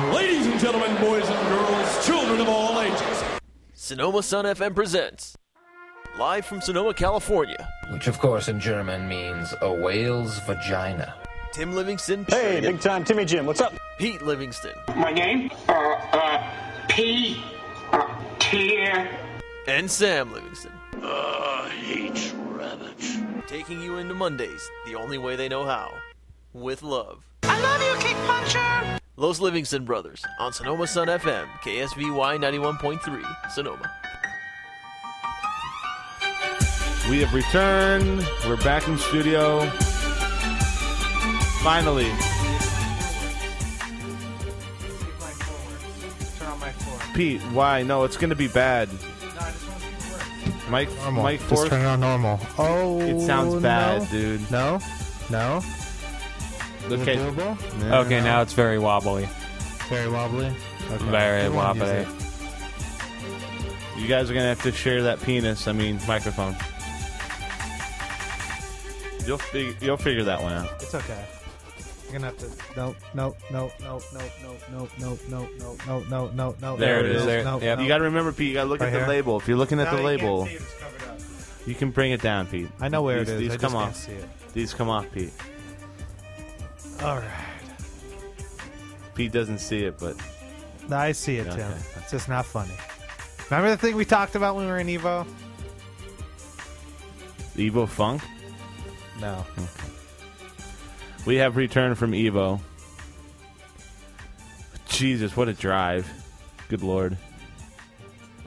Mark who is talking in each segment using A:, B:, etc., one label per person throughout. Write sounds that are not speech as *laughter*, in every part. A: and gentlemen, boys and girls, children of all ages.
B: Sonoma Sun FM presents live from Sonoma, California.
C: Which, of course, in German means a whale's vagina.
B: Tim Livingston,
D: Hey, big time Timmy Jim. What's up?
B: Pete Livingston,
E: My name? Uh, uh, P, uh, T,
B: and Sam Livingston. I hate rabbits. Taking you into Mondays the only way they know how, with love.
F: I love you, Kick Puncher!
B: Los Livingston Brothers on Sonoma Sun FM, KSVY 91.3, Sonoma.
G: We have returned. We're back in studio. Finally.
F: Turn on my floor.
G: Pete, why? No, it's going to be bad.
F: No, I just want to see the work.
G: Mike,
H: Normal.
G: Mike
H: Just
G: Forth.
H: turn it on normal. Oh,
G: It sounds
H: no.
G: bad, dude.
H: No, no. Is it
G: Okay.
H: doable? No,
I: Okay,
H: no.
I: now it's very wobbly.
H: very wobbly. Okay.
I: Very
H: Good one,
I: wobbly.
H: use
G: You guys are going to have to share that penis. I mean, microphone. You'll fig- you'll figure that one out.
F: It's okay. You're gonna have to. No, no, no, no, no, no, no, no, no, no, no, no, no, no.
G: There it is.
F: no,
G: There-
F: No,
I: yep.
F: no.
G: You got to remember, Pete. You got to look
F: Right
G: at the
F: here?
G: label. If you're looking at
F: No,
G: the
F: you can't
G: label,
F: see it, it's covered up.
G: you can bring it down, Pete.
F: I know where
G: these,
F: it is.
G: These
F: I
G: come
F: just
G: off.
F: can't see it.
G: These come off, Pete.
F: All right.
G: Pete doesn't see it, but
F: No, I see it,
G: Okay.
F: Tim. It's just not funny. Remember the thing we talked about when we were in Evo?
G: Evo Funk.
F: No.
G: We have returned from Evo. Jesus, what a drive. Good lord.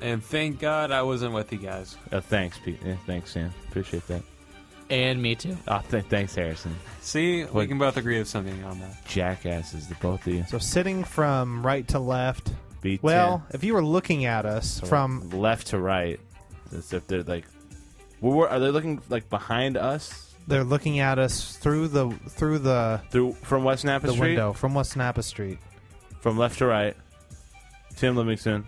I: And thank God I wasn't with you guys.
G: Uh, thanks, Pete. Yeah, thanks, Sam. Appreciate that.
J: And me too.
G: Uh, th- thanks, Harrison.
I: See, we
G: Wait.
I: can both agree of something on that.
G: Jackasses, the both of you.
F: So sitting from right to left.
G: Beat
F: Well, if you were looking at us
G: 10,
F: from
G: left to right, as if they're like, well, we're- are they looking like behind us
F: they're looking at us through the through the
G: through from West Napa
F: the
G: Street?
F: window from West Napa Street.
G: From left to right. Tim Livingston,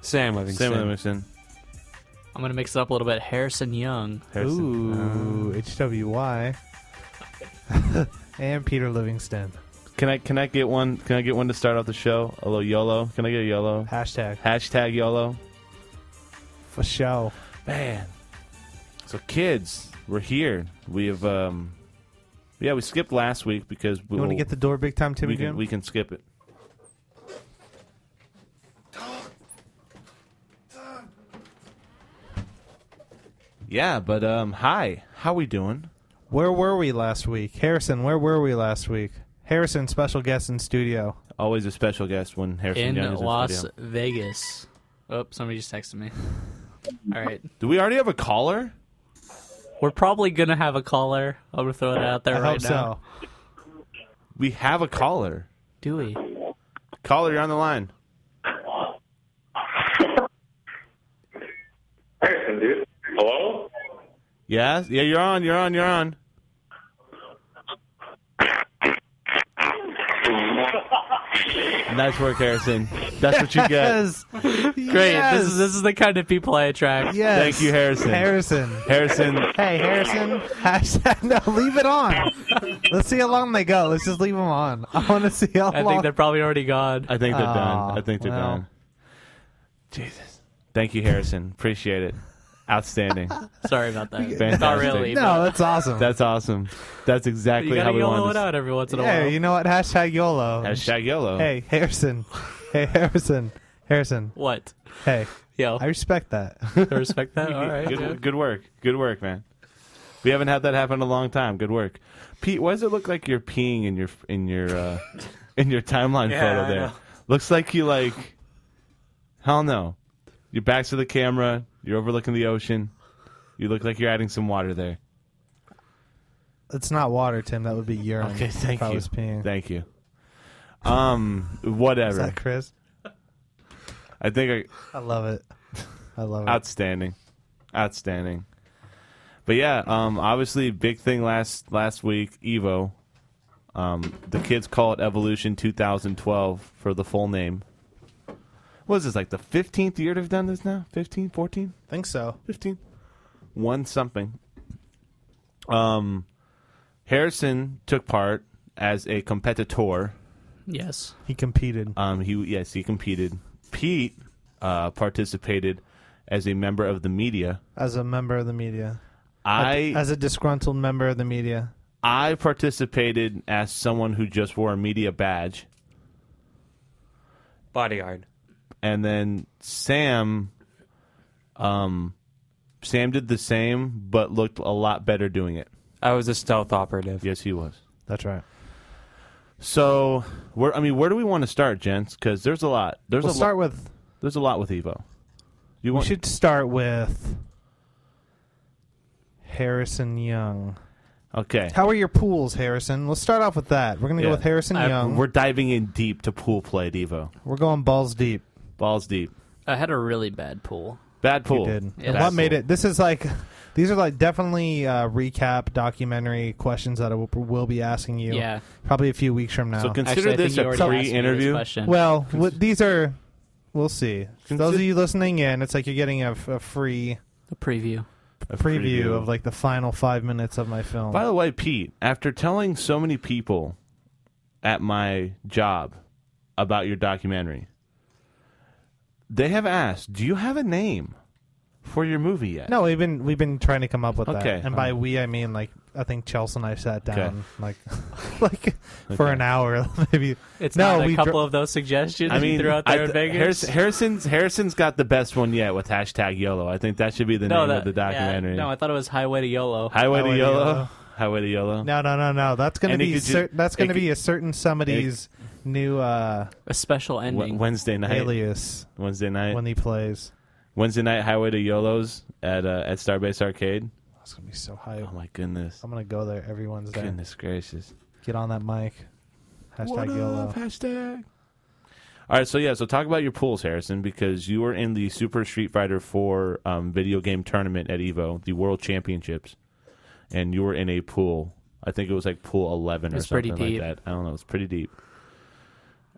I: Sam
G: Sam
I: Livingston.
G: Livingston,
J: I'm gonna mix it up a little bit. Harrison Young.
G: Harrison. Oh.
F: Ooh,
G: *laughs*
F: HWY. and Peter Livingston.
G: Can I can I get one? Can I get one to start off the show? A little YOLO. Can I get a YOLO?
F: Hashtag
G: Hashtag YOLO.
F: for show.
G: Man. So kids, we're here. We have um yeah, we skipped last week because we
F: You want to get the door big time, Timmy
G: we can,
F: Jim?
G: we can skip it. Yeah, but um hi. How we doing?
F: Where were we last week? Harrison, where were we last week? Harrison, special guest in studio.
G: Always a special guest when Harrison
J: in
G: Young is in
J: Las
G: studio.
J: Vegas. Oh, somebody just texted me.
F: *laughs*
J: All right,
G: Do we already have a caller?
J: we're probably gonna have a caller. I'm gonna throw it out there
F: I
J: right
F: hope
J: now.
F: so.
G: We have a caller.
J: Do we?
G: Caller, you're on the line.
E: Harrison, dude. Hello?
G: Yeah, yeah, you're on, you're on, you're on. nice work, Harrison. That's what you get.
F: *laughs* Yes.
J: Great. This is this is the kind of people I attract.
F: Yes.
G: Thank you, Harrison.
F: Harrison.
G: Harrison,
F: Hey, Harrison. Hashtag, *laughs* no, leave it on. Let's see how long they go. Let's just leave them on. *laughs* I want to see how
J: I
F: long.
J: think they're probably
F: *laughs*
J: already gone.
G: I think they're
F: Aw,
G: done. I think they're
F: well.
G: done. Jesus. Thank you, Harrison. Appreciate it. Outstanding.
J: Sorry about that. Not really.
F: no, that's awesome.
G: That's awesome. That's
J: but
G: exactly
J: you
G: how
J: gotta
G: we
J: yellow it
G: want
J: out every once in a
F: hey,
J: while.
F: you know what? Hashtag YOLO.
G: Hashtag yellow.
F: Hey, Harrison. Hey, Harrison. Harrison.
J: what?
F: Hey,
J: Yo,
F: I respect that.
J: I respect that. All right.
G: good,
J: dude.
G: good work. Good work, man. We haven't had that happen in a long time. Good work, Pete. Why does it look like you're peeing in your in your uh, in your
I: *laughs*
G: timeline
I: Yeah,
G: photo
I: I
G: there?
I: know.
G: Looks like you like. Hell no, your back's to the camera. You're overlooking the ocean. You look like you're adding some water there.
F: *laughs* It's not water, Tim. That would be urine.
G: Okay, thank
F: if I
G: you.
F: was peeing.
G: Thank you. Um,
F: Is
G: whatever.
F: that Chris?
G: I think I,
F: I love it. I love it.
G: outstanding outstanding but yeah um obviously big thing last last week evo um the kids call it evolution 2012 for the full name what is this like the 15th year they've done this now 15 14
F: think so.
G: 15 one something um harrison took part as a competitor
J: Yes.
F: He competed.
G: Um, he yes, he competed. Pete uh, participated as a member of the media.
F: As a member of the media.
G: I
F: As a disgruntled member of the media.
G: I participated as someone who just wore a media badge,
I: Bodyguard.
G: and then Sam, um, Sam did the same, but looked a lot better doing it.
I: I was a stealth operative.
G: Yes, he was.
F: That's right.
G: So, where I mean, where do we want to start, gents? Because there's a lot. There's
F: We'll
G: a
F: start
G: lot,
F: with.
G: there's a lot with Evo. You
F: We
G: want
F: should start with Harrison Young.
G: okay?
F: How are your pools, Harrison? Let's start off with that. We're gonna
G: Yeah.
F: go with Harrison
J: I-
F: Young.
G: We're
F: We're,
G: diving in deep to pool play at Evo.
F: going balls deep.
G: Balls deep.
J: I had a really bad pool.
G: Bad
F: You
G: pool.
F: did.
J: Yeah,
F: And
J: that's
F: what made
G: cool.
F: it? This is like. *laughs* These are like definitely uh, recap documentary questions that I will, will be asking you.
J: Yeah.
F: Probably a few weeks from now.
G: So consider
J: Actually, I think
G: this
J: you
G: a
J: already asked me this
G: pre-interview.
J: question.
F: Well, what, these are. We'll see.
G: Consi-
F: Those of you listening in, it's like you're getting a, a free
J: the preview.
G: A
F: preview, of like the final five minutes of my film.
G: By the way, Pete, after telling so many people at my job about your documentary, they have asked, "Do you have a name for your movie yet?"
F: no, we've been we've been trying to come up with
G: Okay.
F: that. And by we, I mean like I think Chelsea and I sat down
G: Okay.
F: like *laughs* like
G: *laughs*
F: for an hour *laughs* maybe.
J: It's
F: No,
J: not
F: we
J: a
F: dro-
J: couple of those suggestions
G: I mean,
J: you threw out
G: I
J: there in
G: th-
J: Vegas.
G: Harris- Harrison's Harrison's got the best one yet with hashtag YOLO. I think that should be the name of the
J: yeah,
G: documentary.
J: no, I thought it was Highway to YOLO.
G: Highway,
F: Highway
G: to
F: to
G: YOLO.
F: YOLO.
G: Highway to YOLO.
F: No, no, no, no. That's gonna
G: And it
F: be
G: could ju-
F: cer- that's
G: it
F: gonna
G: could-
F: be a certain somebody's new uh,
J: a special ending.
G: Wed- Wednesday night.
F: alias
G: Wednesday night.
F: when he plays.
G: Wednesday night. Highway to YOLO's at uh, at Starbase Arcade.
F: That's gonna be so hype.
G: Oh my goodness.
F: I'm gonna go there every Wednesday.
G: Goodness gracious.
F: Get on that mic. Hashtag YOLO.
G: Hashtag. All right, so yeah, so talk about your pools, Harrison, because you were in the Super Street Fighter Four um, video game tournament at Evo, the World Championships, and you were in a pool. I think it was like pool eleven or
J: It's pretty
G: something
J: deep.
G: like that. I don't know. It's pretty deep.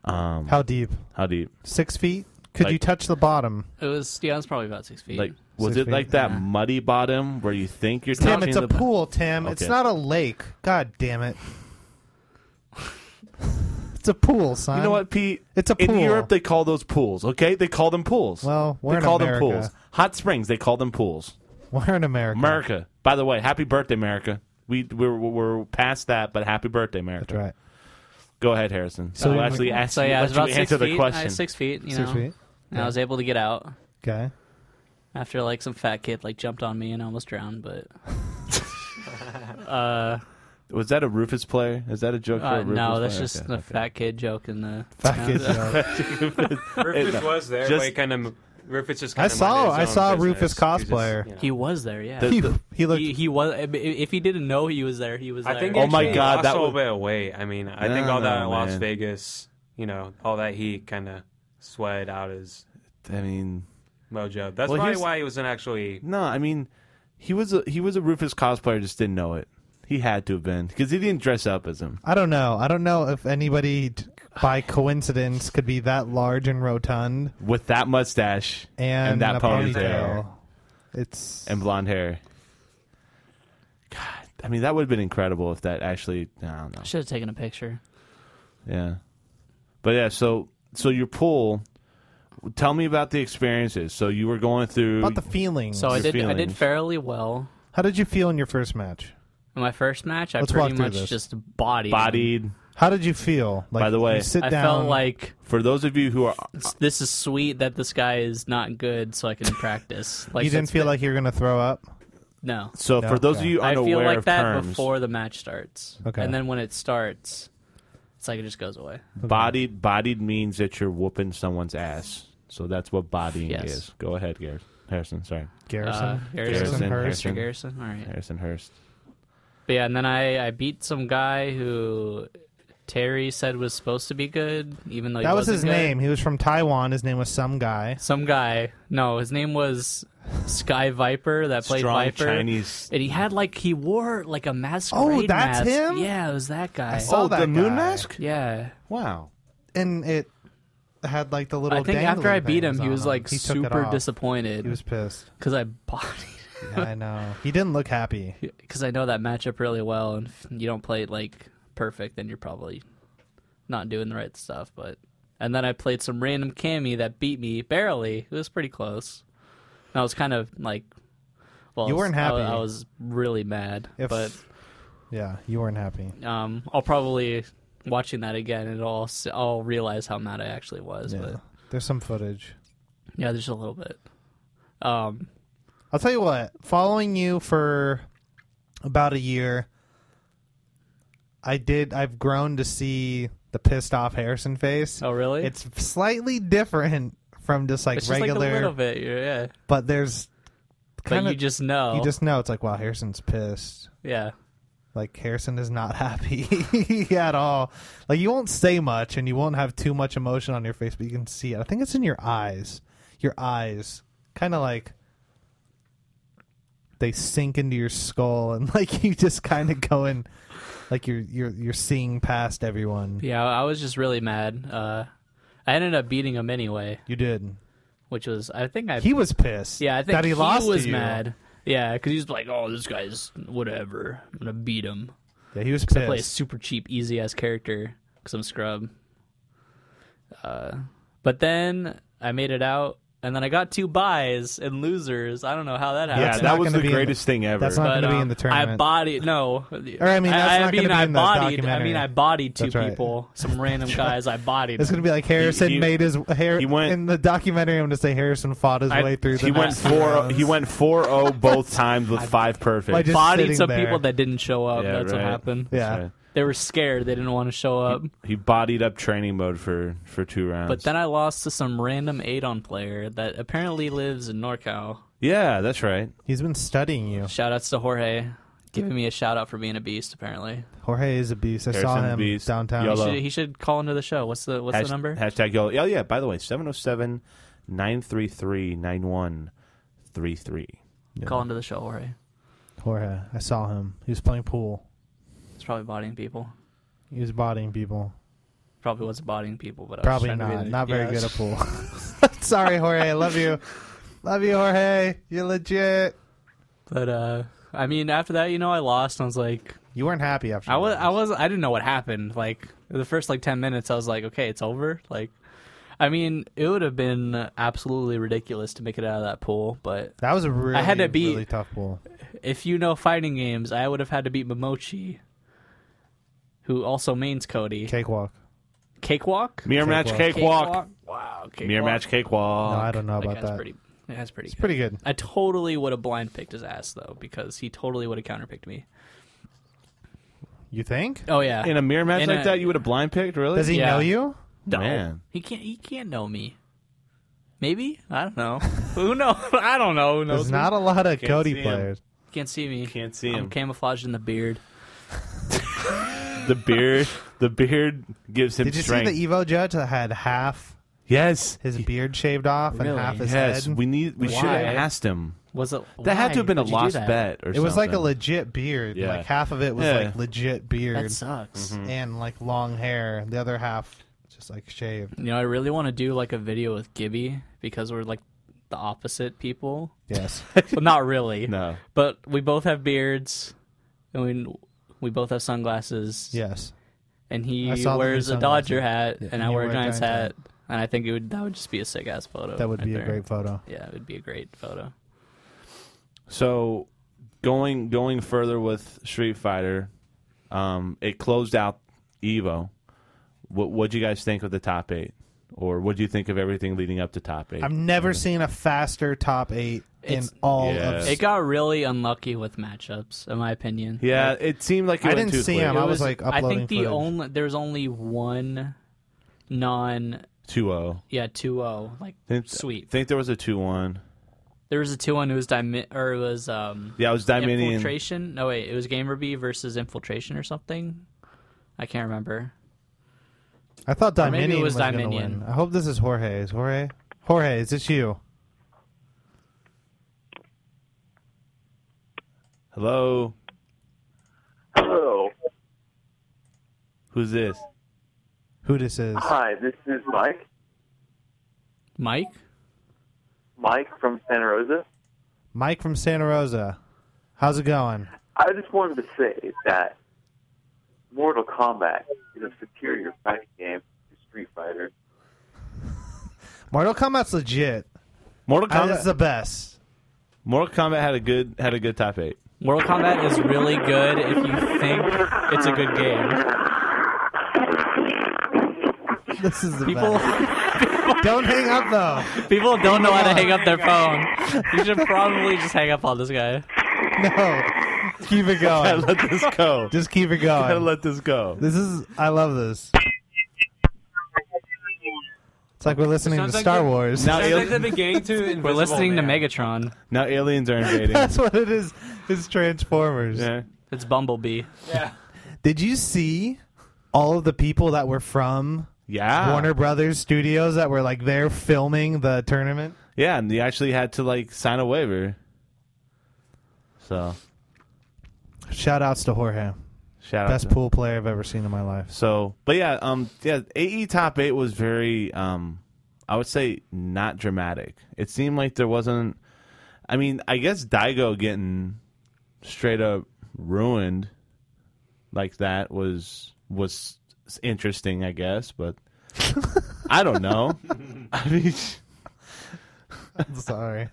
F: How deep?
G: How deep?
F: Six feet?
G: Um,
F: Could
G: Like-
F: you touch the bottom?
J: It was yeah, it was probably about six feet.
G: Like, was
F: Six
G: it like
F: feet,
G: that
J: yeah.
G: muddy bottom where you think you're
F: Tim,
G: touching
F: it's a
G: the-
F: pool, Tim. It's
G: Okay.
F: not a lake. God damn it. it's a pool, son.
G: You know what, Pete?
F: It's a
G: In
F: pool.
G: Europe, they call those pools. Okay, they call them pools.
F: Well, we're
G: they
F: in
G: call them
F: America.
G: pools. Hot springs, they call them pools.
F: We're in America.
G: America. By the way, happy birthday, America. We we're, we're past that, but happy birthday, America.
F: That's right.
G: Go ahead, Harrison. So
F: we-
G: actually, ask
J: so
G: you-
J: yeah, it was
G: let
J: about
G: you
J: six
G: answer
J: feet.
G: the
J: I
G: question.
J: was six feet, you
F: Six
J: know,
F: feet.
J: and I was able to get out
G: *laughs*
F: Okay.
J: after like some fat kid like jumped on me and almost drowned. But
G: Was that a Rufus player? Is that a joke for
J: uh,
G: a Rufus
J: no, that's
G: player?
J: just
G: Okay,
J: the
G: okay.
J: fat kid joke in the.
F: Fuck it,
G: *laughs*
F: yo.
I: Rufus was there,
G: Just-
I: but he kind of Rufus just.
F: I
I: Kind
F: saw- I saw a
I: business.
F: Rufus
I: He just,
F: cosplayer.
I: you know.
J: He was there, yeah.
G: The-
F: he,
G: the- *laughs*
F: he looked.
J: he, he was. i- If he didn't know he was there, he was.
I: I
J: there.
I: think.
G: Oh my
I: actually
G: God,
I: lost
G: that
I: a little
G: was-
I: bit of weight. I mean, I think
G: No,
I: all that
G: no,
I: Las
G: man.
I: Vegas, you know, all that he kind of sweated out his
G: I mean,
I: mojo. That's
G: Well,
I: probably
G: here's-
I: why he wasn't actually.
G: no, I mean, he was a he was a Rufus cosplayer, just didn't know it. He had to have been because he didn't dress up as him.
F: I don't know. I don't know if anybody d- by coincidence could be that large and rotund
G: with that mustache
F: and,
G: that
F: a
G: ponytail,
F: ponytail. It's
G: and blonde hair. God, I mean that would have been incredible if that actually. I don't know.
J: should have taken a picture.
G: Yeah, but yeah. So so your pool. Tell me about the experiences. So you were going through.
F: about the feelings.
J: So I
G: Your
J: did. I did
G: feelings.
J: fairly well.
F: How did you feel in your first match?
J: In my first match, I
F: Let's walk
J: pretty
F: through
J: much
F: this.
J: just bodied. him.
G: bodied.
F: How did you feel? Like,
G: By the way,
F: you sit
J: I
F: down.
J: felt like
G: For those of you who are,
J: this is sweet that this guy is not good, so I can practice. Like
F: *laughs* you didn't
J: that's
F: feel
J: good.
F: like you were gonna throw up.
J: no.
G: so
F: No,
G: for those of
F: okay.
G: you
J: I
G: unaware
J: feel like
G: of
J: that
G: terms,
J: before the match starts.
F: Okay.
J: And then when it starts, it's like it just goes away.
G: bodied bodied means that you're whooping someone's ass. So that's what bodying
J: Yes.
G: is. Go ahead, Garrett. Harrison. Sorry,
F: Garrison.
J: Uh,
G: Garrison,
J: Garrison,
G: Harrison.
J: Mr. Garrison. All right.
G: Harrison Hurst.
J: But yeah, and then I, I beat some guy who Terry said was supposed to be good, even though he
F: That was
J: wasn't
F: his
J: good.
F: name. He was from Taiwan. His name was some guy.
J: Some guy. No, his name was Sky Viper that played
G: Strong
J: Viper.
G: Chinese.
J: And he had like he wore like a masquerade.
F: Oh, that's
J: mask.
F: him?
J: Yeah, it was that guy.
F: saw
G: oh,
F: that
G: the moon
F: guy.
G: mask.
J: Yeah.
G: Wow.
F: And it had like the little.
J: I think after I
F: dangling
J: beat him,
F: things
J: he
F: on
J: was like
F: He took it
J: super
F: off.
J: disappointed
F: He was pissed.
J: because I bodied
F: Yeah, I know. He didn't look happy.
J: *laughs* because I know that matchup really well, and if you don't play it like perfect, then you're probably not doing the right stuff, but and then I played some random Cammy that beat me barely. It was pretty close. And I was kind of like, well,
F: You weren't
J: I
F: happy.
J: was- I, was really mad,
F: If-
J: but
F: Yeah, you weren't happy.
J: um, I'll probably watching that again and I'll s- I'll realize how mad I actually was.
F: Yeah.
J: But
F: There's some footage.
J: yeah, there's a little bit. Um,
F: I'll tell you what, following you for about a year, I did I've grown to see the pissed off Harrison face.
J: oh really?
F: It's slightly different from just like
J: it's just
F: regular
J: like a little bit, yeah. yeah.
F: but there's
J: But
F: kinda-
J: you just know,
F: you just know it's like wow, Harrison's pissed.
J: yeah.
F: Like Harrison is not *laughs* happy at all. Like you won't say much and you won't have too much emotion on your face, but you can see it. I think it's in your eyes. Your eyes kind of like they sink into your skull and *laughs* like you just kind of go in like you're you're you're seeing past everyone.
J: Yeah, I was just really mad. Uh, I ended up beating him anyway,
F: You did.
J: which was I think I
F: He was pissed.
J: yeah I think
F: that he, lost to
J: was
F: you.
J: mad. Yeah, because he was like, "Oh, this guy's whatever. I'm gonna beat him."
F: Yeah, he was
J: I play a
F: pissed.
J: super cheap, easy ass character because I'm scrub. Uh, but then I made it out, and then I got two buys and losers. I don't know how that happened.
G: Yeah,
F: That's
G: that
F: not
G: was
F: gonna
G: the
F: be in the-
G: greatest thing ever.
F: that's not-
J: but,
F: gonna be
J: um,
F: in the tournament.
J: I bodied no. Or
F: I mean, that's
J: I,
F: not gonna
J: mean,
F: be
J: I
F: in the
J: bodied. I
F: documentary.
J: mean, I bodied two
F: That's right.
J: people, some
F: *laughs*
J: random guys. I bodied.
F: It's
J: them.
F: gonna be like Harrison
G: he-
F: made his hair.
G: he went-
F: in the documentary. I'm gonna say Harrison fought his
J: I-
F: way through. The
G: he went
F: next
G: four.
F: *laughs* rounds.
G: He went four zero both times with five perfect.
F: I just-
J: bodied
F: sitting
J: some
F: there.
J: people that didn't show up.
G: Yeah,
J: That's
G: right.
J: what happened.
F: Yeah.
J: They were scared. They didn't want to show up.
G: He bodied up training mode for for two rounds.
J: But then I lost to some random Adon player that apparently lives in NorCal.
G: yeah, that's right.
F: He's been studying you.
J: Shout outs to Jorge, giving me a shout out for being a beast. Apparently,
F: Jorge is a beast. I saw
G: Harrison's
F: him
G: beast.
F: downtown.
G: Yolo. Hello.
J: should, he should call into the show. What's the what's
G: Hasht-
J: the number?
G: Hashtag y'all. Oh yeah. By the way, 707 933 9133
J: Call into the show, Jorge.
F: Jorge, I saw him. He was playing pool.
J: It's probably bodying people.
F: He was bodying people.
J: Probably wasn't bodying people, but I was
F: Probably
J: trying to be
F: not.
J: the-
F: Not very
J: yeah.
F: good at
J: *laughs*
F: pool. *laughs* Sorry, Jorge. I love you. Love you, Jorge. You're legit.
J: But uh, I mean, after that, you know, I lost. And I was like,
F: You weren't happy after.
J: I was,
F: that.
J: I was, I didn't know what happened. Like the first like ten minutes, I was like, okay, it's over. Like, I mean, it would have been absolutely ridiculous to make it out of that pool. But
F: That was a really,
J: had to beat-
F: really tough pool.
J: if you know fighting games, I would have had to beat Momochi, who also mains Cody.
F: Cakewalk.
J: Cakewalk.
G: Mirror match cakewalk.
J: Wow. Cakewalk.
G: Mirror match
F: No,
G: cakewalk.
F: I don't know
J: That
F: about
J: guy's
F: that.
J: pretty. That's pretty.
F: It's
J: good.
F: pretty good.
J: I totally would have blind picked his ass though, because he totally would have counterpicked me.
F: You think?
J: Oh yeah.
G: In a mirror match
J: In
G: like
J: a-
G: that, you would have blind picked. Really?
F: Does he
J: Yeah.
F: know you?
J: No.
G: Man.
J: Oh, He can't. He can't know me. Maybe I don't know. Who *laughs* knows? I don't know. Who knows?
F: There's not a lot of
G: see
F: Cody
G: him.
F: players.
J: Can't see me.
G: Can't see
J: I'm
G: him.
J: camouflaged in the beard.
G: the
J: *laughs*
G: beard. The beard gives him
F: Did you
G: strength.
F: see the Evo judge that had half
G: yes.
F: his beard shaved off and
J: Really?
F: half his
G: Yes.
F: head?
G: We need. We
J: Why?
G: should have asked him.
J: Was it?
G: That had to have been a lost
J: bet.
G: bet or
F: It was like a
G: something.
F: legit beard.
G: Yeah.
F: Like half of it was
G: Yeah.
F: like legit beard
J: That sucks.
G: Mm-hmm.
F: and like long hair. The other half just like shaved.
J: You know, I really want to do like a video with Gibby because we're like the
F: *laughs*
J: opposite people. *laughs*
F: Yes.
J: well, not really.
G: No.
J: But we both have beards, and we we both have sunglasses.
F: yes.
J: And
F: I
J: he
F: saw them
J: wears
F: in
J: a Dodger
F: sunglasses.
J: hat,
F: Yeah,
J: and
F: and
J: I
F: you
J: wear a
F: wear a
J: Giants hat.
F: Giants
J: And I think it would that would just be a sick ass photo.
F: That would
J: right
F: be a
J: there.
F: great photo.
J: Yeah, it would be a great photo.
G: So going going further with Street Fighter, um, it closed out Evo. What what do you guys think of the top eight, or what do you think of everything leading up to top eight?
F: I've never seen a faster top eight
J: It's-
F: in all
G: Yeah.
F: of
J: It got really unlucky with matchups, in my opinion.
G: yeah, it seemed like it
F: I
G: went
F: didn't
G: too
F: see
G: quick.
F: him.
J: It
F: I was, like,
J: I
F: uploading
J: think the
F: footage.
J: only there's only one non
G: Two zero.
J: yeah 2-0 like
G: Think-
F: uh,
J: sweep.
G: Think there was a two one.
J: There was a two one. It was Dimi- or it was um
G: Yeah, it was Dominion.
J: infiltration. No wait, it was Gamerby versus infiltration or something. I can't remember.
F: I thought
J: Or maybe it
F: Dominion
J: was
F: was, going to
J: Dominion.
F: win. I hope this is Jorge. Is Jorge? Jorge, is this you?
G: Hello,
E: Hello.
G: who's this?
F: Who this is?
E: Hi, this is Mike.
J: Mike,
E: Mike from Santa Rosa.
F: Mike from Santa Rosa. How's it going?
E: I just wanted to say that Mortal Kombat is a superior fighting game to Street Fighter.
F: Mortal Kombat's legit.
G: Mortal
F: That
G: Kombat-
F: is the best. *laughs*
G: Mortal Kombat had a good had a good top eight.
J: Mortal Kombat is really good if you think it's a good game.
F: This is the
J: People, *laughs*
F: don't hang up though.
J: People don't know how to hang up their phone. You should probably just hang up on this guy.
F: best. No, keep it
G: Gotta
F: going.
G: let this go.
F: Just keep it
G: Gotta
F: going.
G: let this go.
F: This is. I love this. It's like we're listening to
I: Sounds like
F: Star
I: the-
F: Wars.
G: Now,
I: Sounds
G: you'll-
I: like the beginning to
J: *laughs* We're
I: Invisible
J: listening
I: Man.
J: to Megatron.
G: Now aliens are invading.
F: *laughs* *laughs* That's what it is. It's Transformers.
G: yeah.
J: It's Bumblebee.
I: Yeah.
F: Did you see all of the people that were from
G: Yeah.
F: Warner Brothers Studios that were like there filming the tournament?
G: Yeah, and they actually had to like sign a waiver. So
F: Shout outs to Jorge.
G: shout
F: Best
G: out. to-
F: pool player I've ever seen in my life. *laughs*
G: So, but yeah, um, yeah, AE top eight was very, um, I would say not dramatic. It seemed like there wasn't. I mean, I guess Daigo getting straight up ruined like that was was interesting, I guess, but I don't know. I mean, *laughs*
F: Sorry.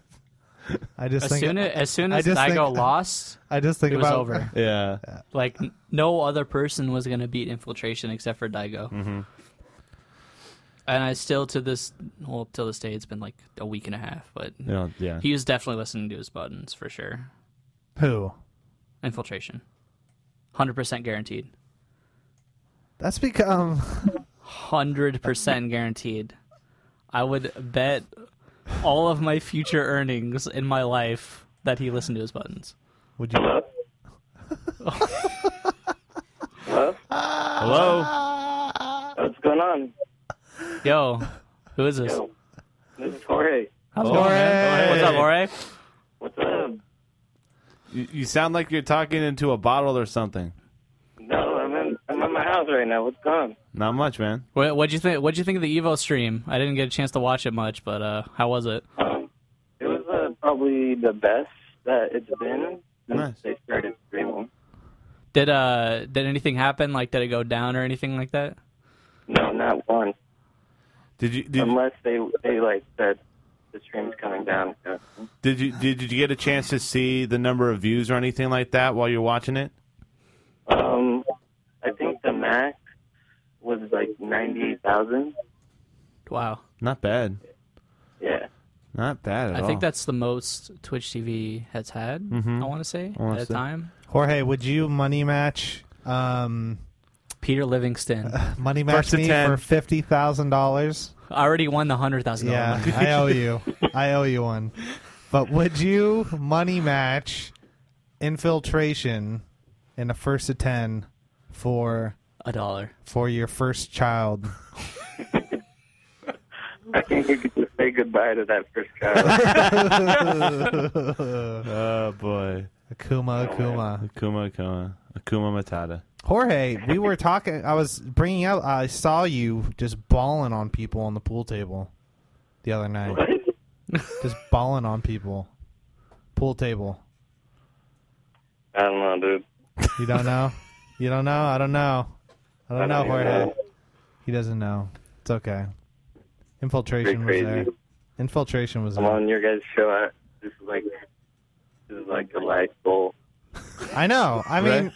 F: I just
J: As
F: think
J: soon as, as soon
F: I
J: as
F: just *laughs*
J: Daigo
F: think-
J: lost,
F: I just think
J: it was
F: about
J: over.
G: yeah,
J: Like n- no other person was gonna beat Infiltration except for Daigo.
I: Mm-hmm.
J: And I still to this well till this day it's been like a week and a half, but
G: you know, yeah.
J: he was definitely listening to his buttons for sure.
F: *laughs* who.
J: Infiltration, hundred percent guaranteed.
F: That's become
J: Hundred percent guaranteed. I would bet all of my future earnings in my life that he listened to his buttons.
F: would you
G: Hello,
E: What's going on?
J: Yo, who is this?
E: This is Jorge.
J: How's it going, man? What's up, Ore?
E: What's up?
G: you, you sound like you're talking into a bottle or something.
E: No, I'm in, I'm at my house right now. What's going on?
G: Not much, man.
J: What would you think? What'd you think of the Evo stream? I didn't get a chance to watch it much, but uh, how was it?
E: It was uh, probably the best that it's been since
G: Nice.
E: they started streaming.
J: Did uh, did anything happen? Like, did it go down or anything like that?
E: No, not one.
G: Did you did,
E: Unless they they like said the stream's coming down.
G: Did you did, did you get a chance to see the number of views or anything like that while you're watching it?
E: Um, I think the max was like ninety eight thousand.
J: Wow,
G: Not bad.
E: Yeah.
G: Not bad at
J: I
G: all.
J: think that's the most Twitch TV has had. I want to say
G: wanna
J: at a
G: say.
J: time.
F: Jorge, would you money match um
J: Peter Livingston
F: money
G: First
F: match
G: to
F: me
G: 10.
F: for fifty thousand dollars?
J: already won the hundred thousand.
F: Yeah, I owe you. I owe you one. But would you money match infiltration in the first to ten for
J: a dollar.
F: for your first child?
E: I think we could just say goodbye to that first
G: *laughs*
E: guy.
G: oh boy,
F: Akuma, Akuma.
G: Akuma Akuma Akuma Matata.
F: Jorge, we were talking. I was bringing up. I saw you just balling on people on the pool table the other night. just balling on people. Pool table.
E: I don't know, dude.
F: You don't know? You don't know? I don't know. I don't,
E: I
F: know,
E: don't even
F: Jorge.
E: know.
F: He doesn't know. It's okay. Infiltration was
E: Pretty
F: there.
E: crazy.
F: Infiltration was
E: I'm
F: there.
E: on your guys' show. I, this is like this is like a life goal.
F: I know. I mean,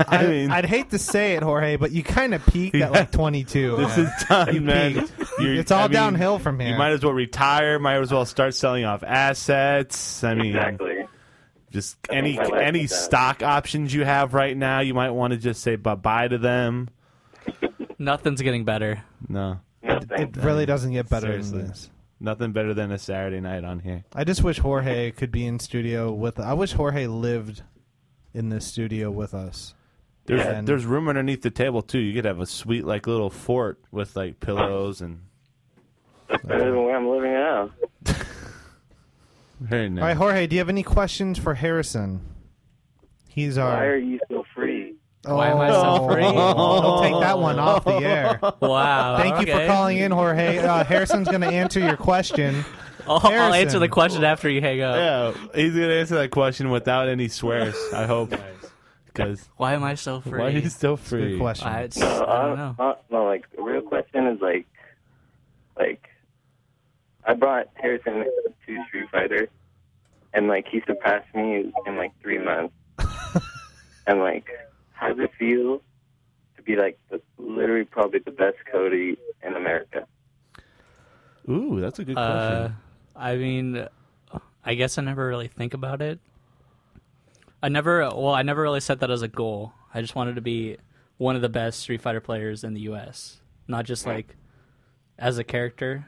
F: I
G: *laughs* I mean-
F: would hate to say it, Jorge, but you kind of peaked
G: *laughs*
F: at like 22.
G: This
F: man.
G: is time, man. You're-
F: it's all
G: I mean,
F: downhill from here.
G: You might as well retire. Might as well start selling off assets. I mean,
E: Exactly.
G: just
E: I
G: any
E: think uh, my life
G: any
E: is done.
G: stock options you have right now, you might want to just say bye bye to them.
J: Nothing's getting better.
G: No,
E: No,
F: it
E: thanks.
F: really doesn't get better
G: Seriously.
F: than this.
G: nothing better than a Saturday night on here.
F: I just wish Jorge could be in studio with. I wish Jorge lived in this studio with us.
G: There's
F: Yeah.
G: there's room underneath the table too. You could have a sweet like little fort with like pillows and
E: better than where I'm living now.
G: very nice.
F: All right, Jorge, do you have any questions for Harrison? He's
E: Why are
F: our.
E: you so free?
J: Why am I so
F: Oh,
J: free?
F: I'll take that one off the air.
J: Wow.
F: Thank you for
J: okay.
F: calling in, Jorge.
J: *laughs*
F: Uh, Harrison's going to answer your question.
J: I'll, I'll answer
F: Harrison.
J: the question after you hang up. *laughs*
G: Yeah, he's gonna answer that question without any swears. I hope. because
J: Why am I so free?
G: Why are you so That's a good free? question.
J: I, it's-
E: No,
J: I
E: I
J: don't know.
E: I- no, like the real question is like, like, I brought Harrison to Street Fighter, and like he surpassed me in like
G: *laughs*
E: three months. and like, how does it feel to be like the, literally probably the best Cody in America?
G: Ooh, that's a good
J: Uh,
G: question.
J: I mean, I guess I never really think about it. I never, well, I never really set that as a goal. I just wanted to be one of the best Street Fighter players in the U.S., not just like as a character.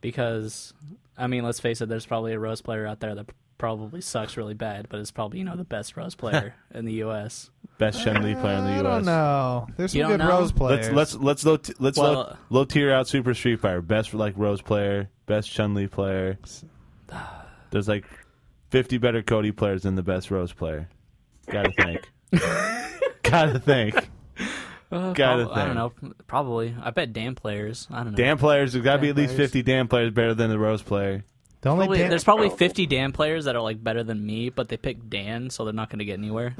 J: Because, I mean, let's face it, there's probably a Rose player out there that probably sucks really bad, but is probably, you know, the best Rose player in the U.S.
G: Best Shen Li player in the U.S.
F: I don't know. There's some
J: You don't
F: good
J: know?
F: Rose players.
G: Let's let's let's low t- let's
J: Well-
G: low, low tier out Super Street Fighter. Best like Rose player, best Chun Li player. There's like fifty better Cody players than the best Rose player. Gotta
J: *laughs*
G: think. Gotta think.
J: Uh,
G: Gotta
J: prob- I don't
G: think.
J: know. Probably. I bet damn players. I don't know.
G: Damn players, there's gotta be at least
J: Damn players.
G: fifty damn players better than the Rose player.
F: the only
J: Probably-
F: Dan-
J: there's probably
E: Oh.
J: 50 Dan players that are like better than me, but they pick Dan, so they're not going to get anywhere.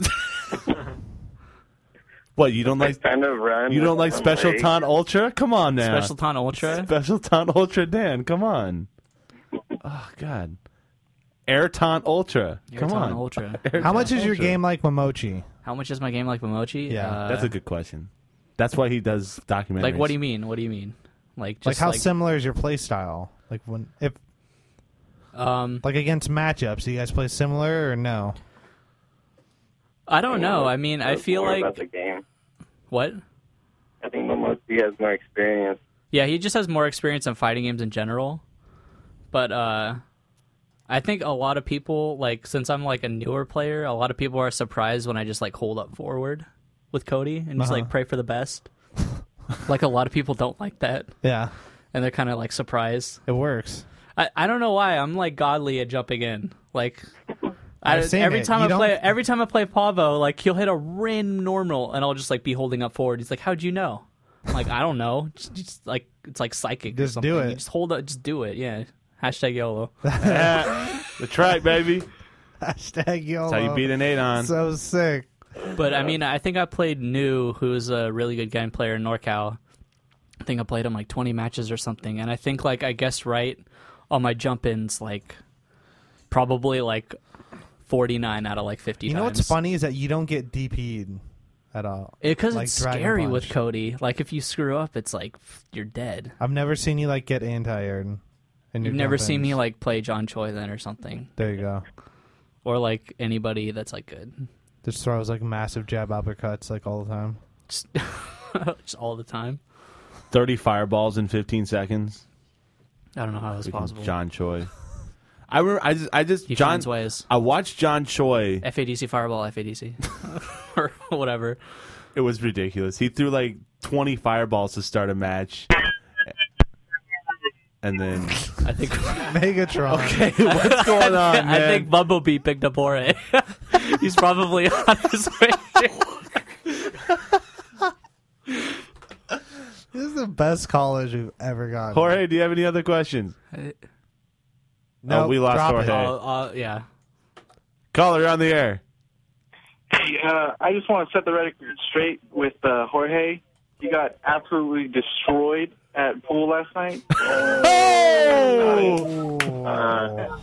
G: What you don't like?
E: Kind of run.
G: You don't like
E: with one
G: Special
E: leg.
G: Ton Ultra? Come on now.
J: Special Ton Ultra.
G: Special Ton Ultra Dan, come on. Oh God. Air Ton Ultra. come
J: Airton
G: on.
J: Ultra.
G: Air
F: How
G: Ton
F: much is your
G: Ultra.
F: game like Momochi?
J: How much is my game like Momochi?
F: Yeah,
J: Uh,
G: That's a good question. That's why he does documentaries. *laughs*
J: like what do you mean? What do you mean? Like
F: Like
J: just
F: how
J: like,
F: similar is your play style? Like when if
J: um
F: like against matchups, do you guys play similar or no?
J: I don't know. I mean, I
E: That's
J: feel
E: more about the
J: like
E: game.
J: what?
E: I think Momosi has more experience.
J: Yeah, he just has more experience in fighting games in general. But uh I think a lot of people like since I'm like a newer player, a lot of people are surprised when I just like hold up forward with Cody and just like pray for the best. like a lot of people don't like that
F: Yeah,
J: and they're kind of like surprised.
F: it works. *laughs*
J: I, I don't know why I'm like godly at jumping in. Like I,
F: I've seen
J: every
F: it.
J: time
F: You
J: I
F: don't-
J: play, every time I play Pavo, like he'll hit a random normal, and I'll just like be holding up forward. He's like, "How'd you know?" I'm like I don't know. Just, just, like it's like psychic. or
F: Just do
J: something. You
F: it.
J: just hold up. Just do it. Yeah. Hashtag YOLO.
G: The track, baby.
F: Hashtag YOLO.
G: That's how you beat an eight on.
F: Oh, So sick.
J: But I mean, I think I played New, who's a really good game player in NorCal. I think I played him like 20 matches or something, and I think like I guessed right on my jump ins, like probably like 49 out of like 50.
F: You know what's
J: times.
F: funny is that you don't get DP'd at all.
J: Because
F: Like
J: it's
F: Dragon
J: scary
F: Punch.
J: with Cody. Like if you screw up, it's like pff, you're dead.
F: I've never seen you like get anti-aired.
J: You've never seen me like play John Choi then or something,
F: There you go.
J: or like anybody that's like good, *laughs*
F: Just throws like massive jab uppercuts like all the time. *laughs*
J: just, *laughs* just all the time.
G: Thirty fireballs in fifteen seconds.
J: I don't know how that's possible.
G: John Choi. I remember. I just. I just.
J: He
G: John.
J: finds ways.
G: I watched John Choi.
J: FADC Fireball,
G: *laughs*
J: FADC, *laughs* or whatever.
G: It was ridiculous. He threw like twenty fireballs to start a match, and
J: *laughs*
G: then
J: I
G: *laughs*
J: think
F: Megatron.
G: okay, what's going on, Oh, man?
J: I think Bumblebee picked up Ore. *laughs* He's probably *laughs* on his way.
G: *laughs*
F: This is the best college we've ever gotten.
G: Jorge, Oh, do you have any other questions?
F: no,
G: Oh, we lost
F: drop
G: Jorge.
F: it.
J: Uh, uh, yeah.
G: Caller on the air.
K: Hey, uh, I just want to set the record straight with uh, Jorge. He got absolutely destroyed at pool last night.
F: Oh.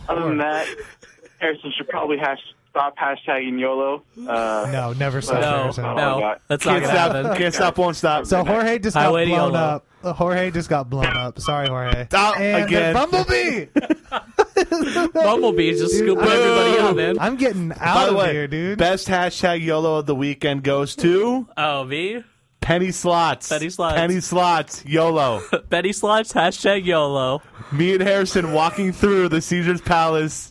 K: Other than that, Harrison should probably hash, stop hashtagging YOLO. Uh,
F: No, never saw
J: No,
F: Harrison.
G: Oh
J: no, that's not
G: Can't
J: gonna happen.
G: stop. Can't stop. Won't stop.
F: So Jorge just
J: I
F: got
J: waited
F: blown
J: yellow.
F: up. Uh, Jorge just got blown up.
G: *laughs*
F: Sorry, Jorge.
G: Out
F: And
G: again. *laughs*
F: Bumblebee.
J: Bumblebee is just scooping everybody up, man.
G: *laughs*
F: I'm getting
G: By
F: out
G: the
F: of
G: way,
F: here, dude.
G: best hashtag YOLO of the weekend goes
J: *laughs*
G: to
J: Oh, me?
G: Penny Slots.
J: Penny Slots.
G: Penny Slots. YOLO.
J: Betty Slots, hashtag YOLO.
G: Me and Harrison walking through the Caesar's Palace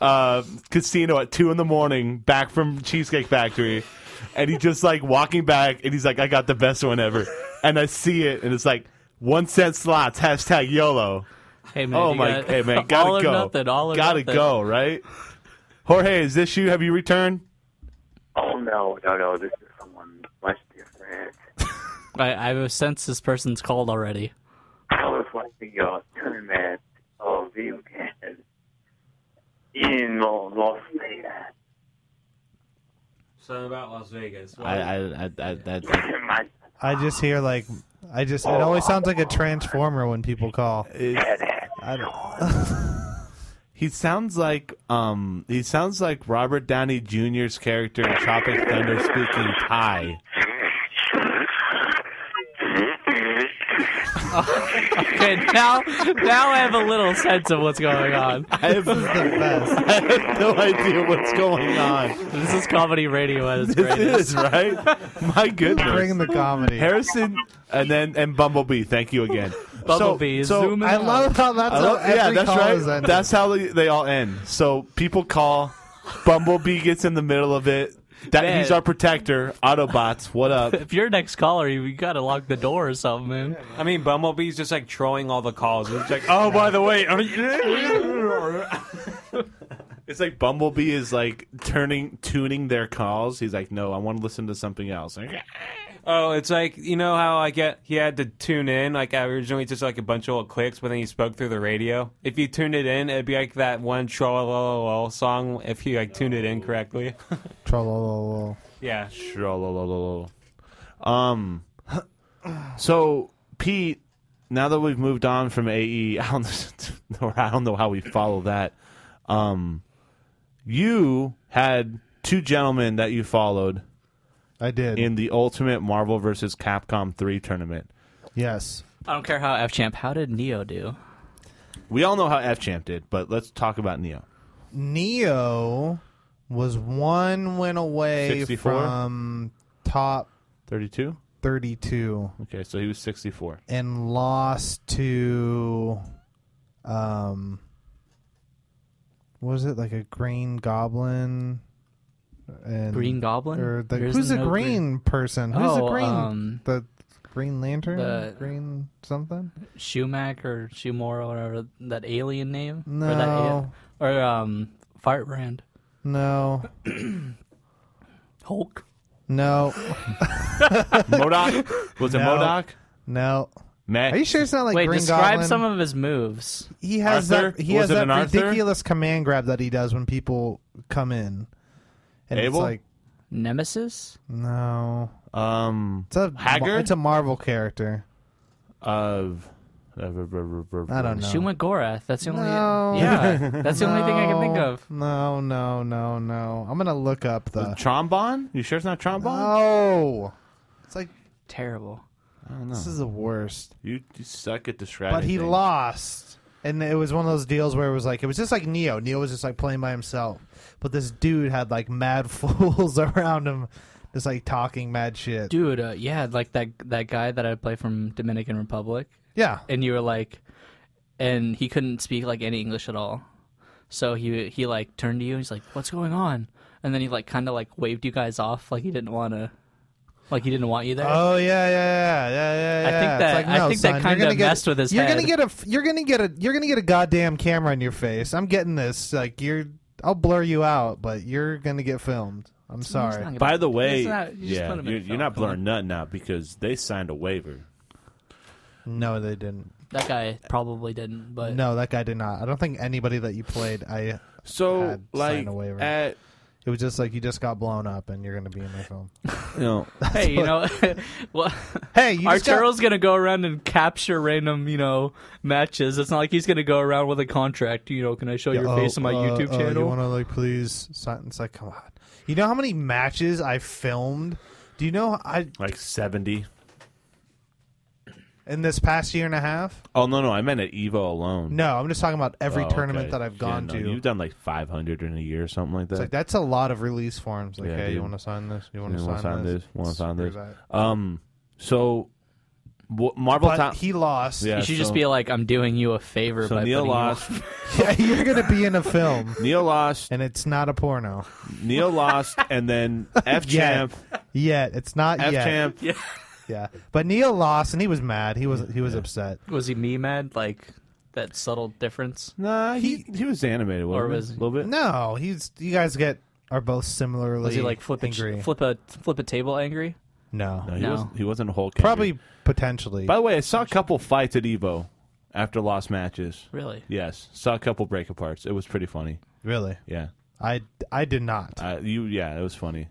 G: uh, casino at 2 in the morning back from Cheesecake Factory. And he just like walking back and he's like, I got the best one ever. And I see it and it's like, one cent slots, hashtag YOLO.
J: Hey, man.
G: Oh
J: you
G: my,
J: got-
G: hey
J: *laughs*
G: man, gotta
J: all
G: go.
J: Or nothing, all or
G: gotta
J: nothing.
G: go, right? Jorge, is this you? Have you returned?
E: Oh no, no, no! This is someone much different.
J: I, I've sensed this person's called already.
E: I was watching
L: uh,
E: your tournament of video games in Las Vegas.
I: something about Las Vegas.
G: I, I, I, I, that,
F: I just hear like I just it always sounds like a transformer when people call. I don't.
G: *laughs* he sounds like um he sounds like Robert Downey Jr.'s character in Tropic Thunder speaking Thai.
J: okay, now now I have a little sense of what's going on.
G: I have, *laughs* I have no idea what's going on.
J: This is comedy radio at its
G: This
J: greatest.
G: is right. My goodness,
F: Bringing the comedy.
G: Harrison, and then and Bumblebee. Thank you again. So-
J: Bumblebee is
G: so,
J: zooming
F: I
J: out.
F: love how that's
G: I love-
F: how every
G: yeah, that's
F: call
G: right.
F: is ended.
G: That's how they, they all end. So people call, Bumblebee gets in the middle of it. That
J: Man.
G: he's our protector. Autobots, what up?
J: If you're next caller, you, you gotta lock the door or something, man.
I: I mean, Bumblebee's just like trolling all the calls. It's
G: *laughs*
I: like, oh, by the way, are you-
G: It's like Bumblebee is like turning tuning their calls. He's like, no, I want to listen to something else. Like,
I: oh, it's like you know how I get he had to tune in like originally just like a bunch of little clicks, but then he spoke through the radio. If you tuned it in, it'd be like that one troll song if you like tuned it in correctly. *laughs*
F: Trollololol.
I: yeah.
G: Shrolololol. Um. So Pete, now that we've moved on from AE, *laughs* I don't know, I don't know how we follow that. Um, you had two gentlemen that you followed
F: I did
G: in the Ultimate Marvel vs. Capcom three tournament.
F: yes.
J: I don't care how F champ. How did Neo do?
G: We all know how F Champ did, but let's talk about Neo.
F: Neo was one win away
G: 64?
F: from top
G: Thirty two.
F: thirty two.
G: Okay, so he was sixty
F: *laughs*
G: four.
F: and lost to um what was it like a green goblin and
J: Green Goblin?
F: or the,
J: There's
F: who's a
J: no
F: green, person who's a
J: Oh,
F: green
J: um,
F: the green lantern
J: the-
F: green something
J: Shumac or Shumoro or whatever that alien name? Or, that
F: No.
J: or um Firebrand.
F: no
J: Hulk.
F: no
G: Modoc was it
F: No.
G: Modoc?
F: no
G: Meh.
F: are you sure it's not like
J: Wait,
F: green
J: describe
F: goblin
J: some of his moves.
F: he has
G: Arthur?
F: that he
G: Was
F: has
G: it
F: that
G: an Arthur?
F: ridiculous command grab that he does when people come in and it's
G: Abel?
F: like
J: Nemesis?
F: no
G: Um,
F: it's a
G: Haggard?
F: it's a marvel character
G: of. I
F: I
G: don't
F: don't know.
J: Shumagorath. That's the only
F: No. *laughs*
J: Yeah. That's the only thing I can think of.
F: No, no, no, no. I'm gonna look up the.
G: Trombone? You sure it's not trombone?
F: Oh, it's like
J: Terrible.
G: I don't know.
F: this is the worst.
G: You, you suck at describing.
F: But he
G: things.
F: lost, and it was one of those deals where it was like it was just like Neo. Neo was just like playing by himself, but this dude had like mad *laughs* fools around him, just like talking mad shit.
J: Dude, uh, yeah, like that that guy that I play from Dominican Republic.
F: Yeah,
J: and you were like and he couldn't speak like any english at all so he he like turned to you and he's like what's going on and then he like kind of like waved you guys off like he didn't want to like he didn't want you there
F: Oh yeah, yeah, yeah, yeah, yeah.
J: I think
F: yeah.
J: that-
F: it's
J: I
F: like, no,
J: think that
F: son, you're
J: kinda
F: gonna get-
J: messed with his
F: You're gonna
J: head.
F: get a, f- you're gonna get a, you're gonna get a goddamn camera in your face. I'm getting this. Like you're, I'll blur you out, but you're gonna get filmed. I'm
J: It's
F: sorry.
J: not
G: By
J: gonna-
G: the way,
J: it's not- you just
G: yeah,
J: put him in
G: you're,
J: the
G: you're
J: film,
G: not
J: come on.
G: blurring nothing out because they signed a waiver.
F: No, they didn't.
J: that guy probably didn't but
F: No, that guy did not. I don't think anybody that you played. I.
G: So
F: Had
G: like
F: signed a waiver.
G: at
F: It was just like you just got blown up, and you're gonna be in my film.
G: you
F: *laughs*
G: know,
J: hey you know *laughs* well
F: Hey, you just got-
J: Arturo's gonna go around and capture random, you know, matches. It's not like he's gonna go around with a contract. You know, can I show your
F: Oh,
J: face on my
F: uh,
J: YouTube
F: uh,
J: channel?
F: you want to like please? sign- It's like come on. You know how many matches I filmed? Do you know I
G: like seventy.
F: in this past year and a half?
G: Oh no no, I meant at Evo alone.
F: No, I'm just talking about every
G: Oh,
F: tournament
G: okay.
F: that I've
G: Yeah,
F: gone
G: no,
F: to.
G: You've done like five hundred in a year or something like that.
F: It's like that's a lot of release forms. Like,
G: Yeah,
F: hey,
G: dude.
F: you want to sign this? You want
G: You
F: to
G: wanna
F: sign,
G: sign
F: this?
G: this? Wanna sign
F: Screw
G: this?
F: that.
G: um, so wha- Marvel
F: But
G: Town.
F: he lost.
G: Yeah,
J: you should
G: so-
J: just be like, I'm doing you a favor.
G: So
J: by
G: Neil
J: putting you on- *laughs*
G: lost.
F: *laughs* Yeah, you're gonna be in a film,
G: Neil lost.
F: and it's not a porno
G: Neil lost, and
J: *laughs*
G: then F Champ.
F: yet. It's not
G: F
F: yet.
G: Champ.
F: Yeah, but Neil lost, and he was mad. He was he was upset.
J: Was he me mad? Like that subtle difference?
G: Nah, he he was animated, wasn't
J: Or
G: he?
J: was
G: a
J: he?
G: little bit.
F: No, he's you guys get are both similarly.
J: Was he like flip a,
F: angry?
J: flip a flip a table angry?
F: no,
G: No, he
J: No.
G: wasn't. He wasn't Hulk.
F: probably
G: angry.
F: potentially.
G: By the way, I saw a couple fights at Evo after lost matches.
J: Really?
G: Yes, saw a couple break aparts. It was pretty funny.
F: really,
G: Yeah,
F: I I did not.
G: uh, you. Yeah, it was funny.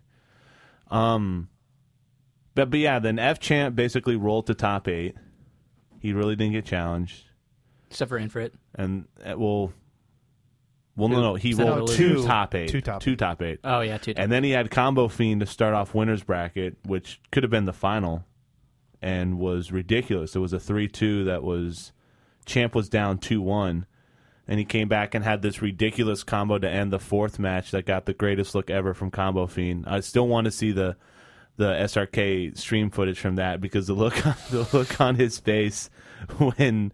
G: Um, but but yeah, then F Champ basically rolled to top eight. He really didn't get challenged,
J: except for Infrit.
G: and uh, well, well no no he
J: Is that
G: rolled
J: how it
G: two
J: is?
G: top eight,
J: Two top
G: two top eight.
J: Oh, yeah, two top
G: and then he had Combo Fiend to start off winners bracket, which could have been the final, and was ridiculous. It was a three two that was Champ was down two one. And he came back and had this ridiculous combo to end the fourth match that got the greatest look ever from Combo Fiend. I still want to see the the SRK stream footage from that because the look *laughs* on, the look on his face when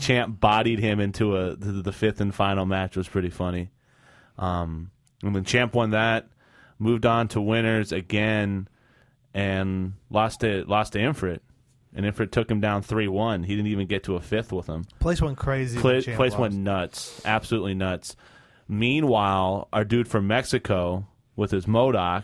G: Champ bodied him into a the, the fifth and final match was pretty funny. Um, and then Champ won that, moved on to winners again, and lost to lost to Infrit. And Infrit took him down three one. He didn't even get to a fifth with him.
F: Place went crazy. when
G: Pla-
F: Champ
G: place
F: lost.
G: went nuts, absolutely nuts. Meanwhile, our dude from Mexico with his Modoc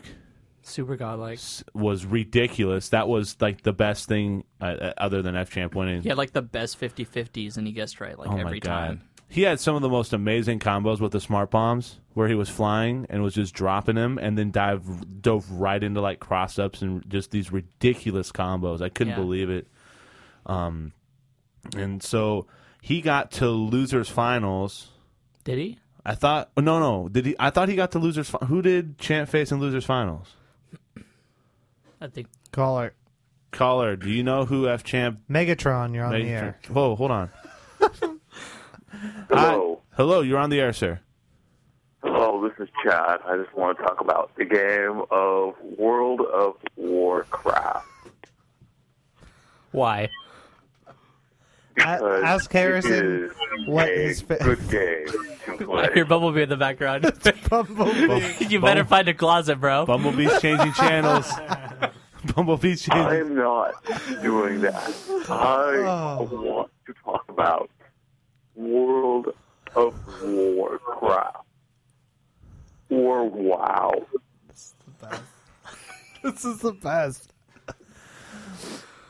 J: Super godlike.
G: was ridiculous. That was like the best thing uh, uh, other than F Champ winning.
J: He had like the best 50-50s, and he guessed right like
G: oh my
J: every
G: god,
J: time.
G: he had some of the most amazing combos with the smart bombs, where he was flying and was just dropping them, and then dive dove right into like cross ups and just these ridiculous combos. I couldn't
M: Yeah.
G: believe it. Um, and so he got to losers finals.
J: Did he?
G: I thought oh, no, no. Did he? I thought he got to losers. Fi- Who did Chant face in losers finals?
J: I think
F: Caller.
G: Caller, do you know who F Champ?
F: Megatron, you're on the
G: Megatron-
F: air.
G: Whoa, hold on. hello. hello, you're on the air, sir.
L: Hello, this is Chad. I just want to talk about the game of World of Warcraft.
J: Why? *laughs*
L: Because
F: ask Harrison *laughs*
L: it is
F: what
L: a
F: his fa-
L: Uh, good
F: *laughs*
L: game to
J: I
L: play.
J: hear Bumblebee in
G: *laughs*
J: the background. you better
G: Bum-
J: find a closet, bro.
G: Bumblebee's changing channels. Bumblebee's changing.
L: I'm not doing that. I
F: Oh.
L: want to talk about World of Warcraft or WoW.
F: This is the best.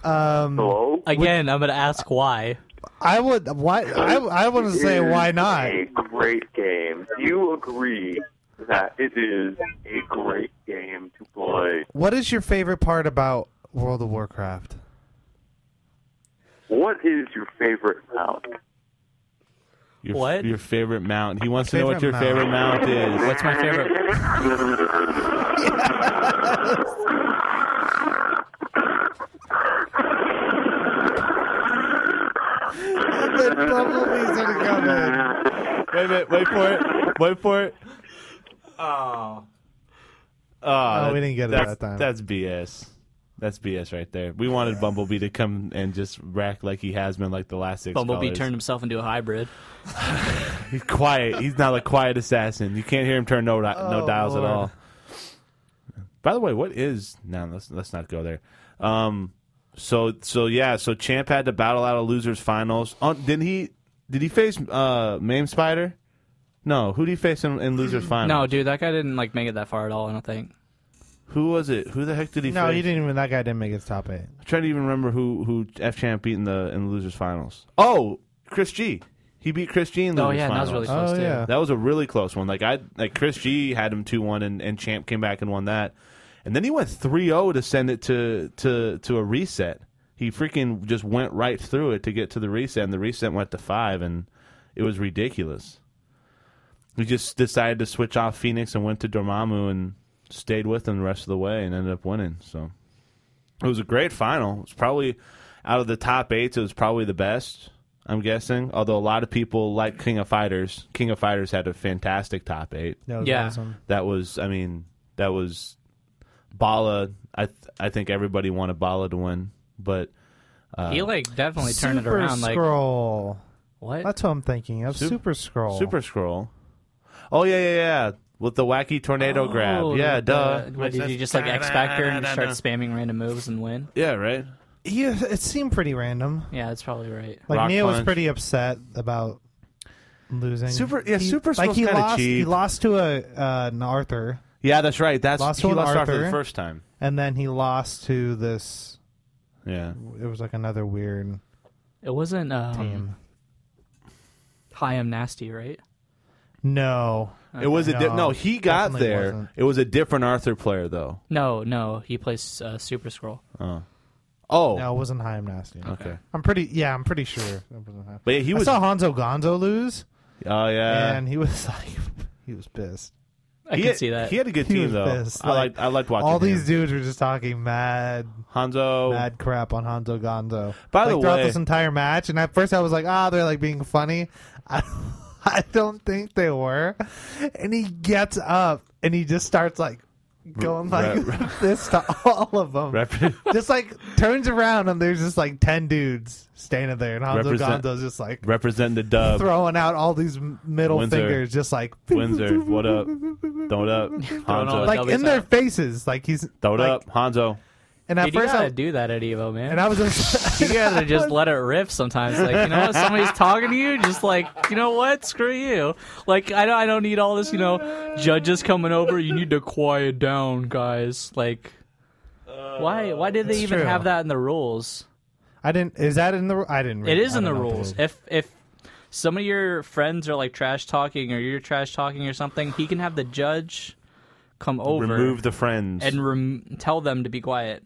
F: Um,
L: Hello?
J: Again, I'm gonna ask why.
F: I would. Why? I, I want to say
L: It is
F: why not?
L: A great game. Do you agree that it is a great game to play?
F: What is your favorite part about World of Warcraft? *laughs*
L: What is your favorite mount?
G: Your,
L: What?
G: Your favorite mount. He wants to know what
L: Favorite
G: your
L: mount.
G: favorite mount is.
J: What's my *laughs* favorite?
L: *laughs*
G: Wait a minute. Wait for it. Wait for it.
I: Oh.
G: Oh,
F: we
G: that-
F: didn't get it
G: that's-
F: that time.
G: That's BS. That's BS right there. We wanted Bumblebee to come and just rack like he has been like the last six.
J: Bumblebee
G: callers.
J: turned himself into a hybrid.
G: He's quiet. He's not a quiet assassin. You can't hear him turn no di- no
J: Oh,
G: dials
J: Lord.
G: at all. By the way, what is no? Let's let's not go there. Um, so so yeah, so Champ had to battle out of losers finals. Oh, did he? Did he face uh Mame Spider? No, who did he face in, in losers finals?
J: No, dude, that guy didn't like make it that far at all. I don't think.
G: Who was it? Who the heck did he?
F: No,
G: face?
F: you didn't even. That guy didn't make his top eight.
G: I'm trying to even remember who who F Champ beat in the in the losers finals. Oh, Chris G. He beat Chris G in the
J: Oh,
G: losers
J: yeah, and that was
G: finals.
J: really close, Oh, too. yeah.
G: That was a really close one. Like I like Chris G had him two one, and, and Champ came back and won that. And then he went 3-0 to send it to to to a reset. He freaking just went right through it to get to the reset, and the reset went to five, and it was ridiculous. We just decided to switch off Phoenix and went to Dormammu and stayed with him the rest of the way and ended up winning. So it was a great final. It's probably out of the top eight. It was probably the best. I'm guessing. Although a lot of people like King of Fighters. King of Fighters had a fantastic top eight.
F: That was Yeah. awesome.
G: That was. I mean, that was Bala. I th- I think everybody wanted Bala to win, but uh,
J: He like definitely turned it
F: Super
J: around. Like
F: Scroll.
J: What?
F: That's what I'm thinking of.
G: Sup-
F: Super Scroll.
G: Super Scroll. Oh yeah, yeah, yeah. With the wacky tornado grab. Yeah,
J: Oh, the-
G: duh.
J: the- What, did you just like X Factor and start spamming random moves and win?
G: Yeah, right.
F: Yeah, it seemed pretty random.
J: Yeah, that's probably right.
F: Like
J: Rock
F: Neo was
J: punch.
F: pretty upset about losing.
G: Super- yeah,
F: He-
G: Super
F: Like
G: Scroll's
F: he
G: kinda
F: lost. He
G: cheap.
F: lost to a uh, an Arthur.
G: Yeah, that's right. That's
F: lost to
G: he
F: an
G: lost
F: Arthur,
G: Arthur the first time.
F: and then he lost to this.
G: Yeah,
F: it was like another weird.
J: It wasn't um, Hi, I'm nasty, right?
F: No,
G: It was a di-
J: No,
G: no. He got
J: definitely
G: there.
J: wasn't.
G: It was a different Arthur player though.
J: No, no, he plays uh, Super Scroll.
G: Oh. Oh.
F: No, it wasn't High Nasty.
G: Okay.
F: I'm pretty. Yeah, I'm pretty sure. It wasn't Haim.
G: But yeah, he
F: I
G: was-
F: saw Hanzo Gonzo lose.
G: Oh yeah.
F: and he was *laughs* like, he was pissed.
G: He had- He had a good
F: He
G: team
F: was
G: though.
F: pissed.
G: I liked. I liked watching
F: all
G: him.
F: these dudes were just talking mad
G: Hanzo
F: mad crap on Hanzo Gonzo.
G: By
F: like,
G: the
F: throughout
G: way-
F: this entire match, and at first I was like, ah, they're like being funny. *laughs* I, I don't think they were. And he gets up and he just starts like going
G: Re-
F: like *laughs* this to all of them. just like turns around and there's just like ten dudes standing there, and Hanzo
G: Represent-
F: Gonzo's just like
G: *laughs* represent the dub.
F: throwing out all these m- middle
G: Windsor.
F: fingers, just like *laughs*
G: Windsor, what up? Throw it up, Hanzo.
F: like in their faces, like he's
G: Throw it
F: like-
G: up, Hanzo.
F: And at
J: Dude,
F: first
J: you gotta
F: I-
J: do that at Evo, man.
F: And I was just *laughs*
J: you gotta just let it rip sometimes. Like you know, what? somebody's talking to you, just like you know what, screw you. Like I don't, I don't need all this. You know, judges coming over. You need to quiet down, guys. Like why? Why did they
F: It's
J: even
F: true.
J: have that in the rules?
F: I didn't. Is that in the? I didn't. Read,
J: It is
F: I
J: in the
F: don't know if it
J: rules.
F: is.
J: If if some of your friends are like trash talking or you're trash talking or something, he can have the judge come over,
G: Remove the friends.
J: and rem- tell them to be quiet.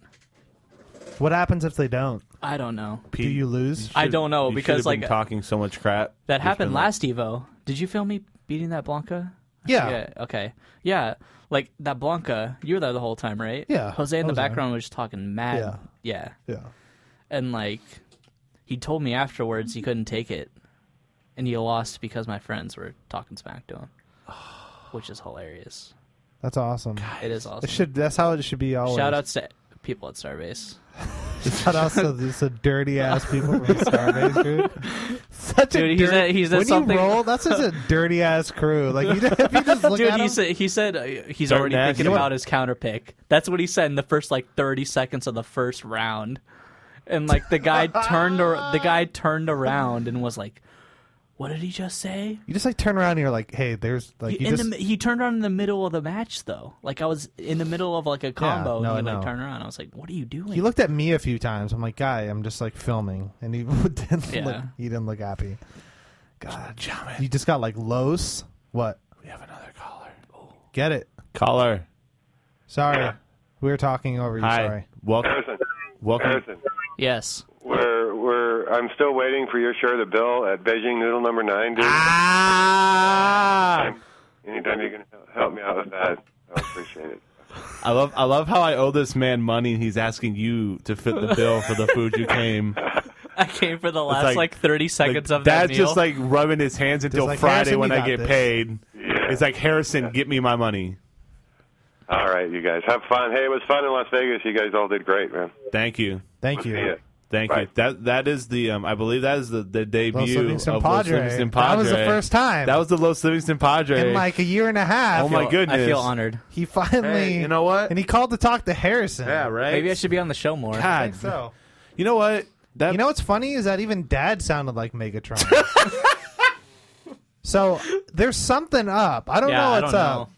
F: What happens if they don't?
J: I don't know.
F: Do you lose?
J: I don't know,
G: You
J: because,
G: should've been
J: like,
G: talking so much crap.
J: That
G: It's
J: happened
G: been
J: last Evo. Did you film me beating that Blanca?
F: Yeah.
J: Okay. Yeah. Like that Blanca, you were there the whole time, right?
F: Yeah,
J: Jose
F: I
J: in the
F: was there.
J: background was just talking mad. Yeah.
F: Yeah.
J: And like, he told me afterwards he couldn't take it, and he lost because my friends were talking smack to him, which
F: *sighs*
J: is hilarious.
F: That's awesome.
J: It is awesome.
F: It should. That's how it should be always.
J: Shout outs to people at Starbase.
F: *laughs* Shout out
J: *laughs*
F: to these dirty ass people from Starbase, dude. Such a
J: Dude, he
F: dirty.
J: said- he said
F: when
J: something-
F: you roll, that's
J: *laughs*
F: such a dirty ass crew. Like you, *laughs* if you just look
J: Dude,
F: at
J: he
F: him,
J: said he said uh, he's
F: Dirt
J: already
F: nasty.
J: thinking about his counter pick. That's what he said in the first like thirty seconds of the first round, and like
F: *laughs*
J: the guy turned ar- the guy turned around and was like, "What did he just say?"
F: you just like turn around and you're like, hey, there's like
J: he,
F: you
J: in
F: just
J: the, mi- he turned around in the middle of the match though. Like I was in the middle of like a combo,
F: no,
J: and
F: I
J: he like
F: know.
J: turned around. I was like, "What are you doing?"
F: He looked at me a few times. I'm like, guy, I'm just like filming, and he *laughs* didn't
J: Yeah.
F: look. He didn't look happy. God, you just got like Los. What? We have another caller. Get it?
G: Caller.
F: Sorry, we were talking over you.
G: Hi.
F: Sorry.
G: Welcome.
M: Harrison.
G: Welcome.
M: Harrison.
J: Yes.
M: We're, we're, I'm still waiting for your share of the bill at Beijing Noodle Number 9, dude.
G: Ah!
M: Anytime you can help me out with that, I appreciate it.
G: I love I love how I owe this man money and he's asking you to fit the bill for the food you
J: *laughs*
G: came.
J: I came for the
G: It's
J: last like, thirty seconds
G: like,
J: of that
G: Dad's
J: meal.
G: just like rubbing his hands until
J: like,
G: Friday
J: Harrison,
G: when
J: you
G: I
J: got
G: get
J: this.
G: paid. It's like Harrison, get me my money.
M: All right, you guys. Have fun. Hey, it was fun in Las Vegas. You guys all did great, man.
G: Thank you.
F: Thank
M: you. Yeah.
G: Thank you. That that is the um, I believe that is the, the debut
F: Livingston
G: of
F: Padre.
G: Los Livingston Padre.
F: That was the first time.
G: That was the Los Livingston Padre.
F: In like a year and a half.
G: Oh my goodness!
F: He finally.
G: Hey, you know what?
F: And he called to talk to Harrison.
G: Yeah, right.
J: Maybe I should be on the show more.
F: God. I think so.
G: You know what?
F: you know what's funny is that even Dad sounded like Megatron. so there's something up. I don't
G: Yeah,
F: know
G: I
F: what's
G: don't
F: up.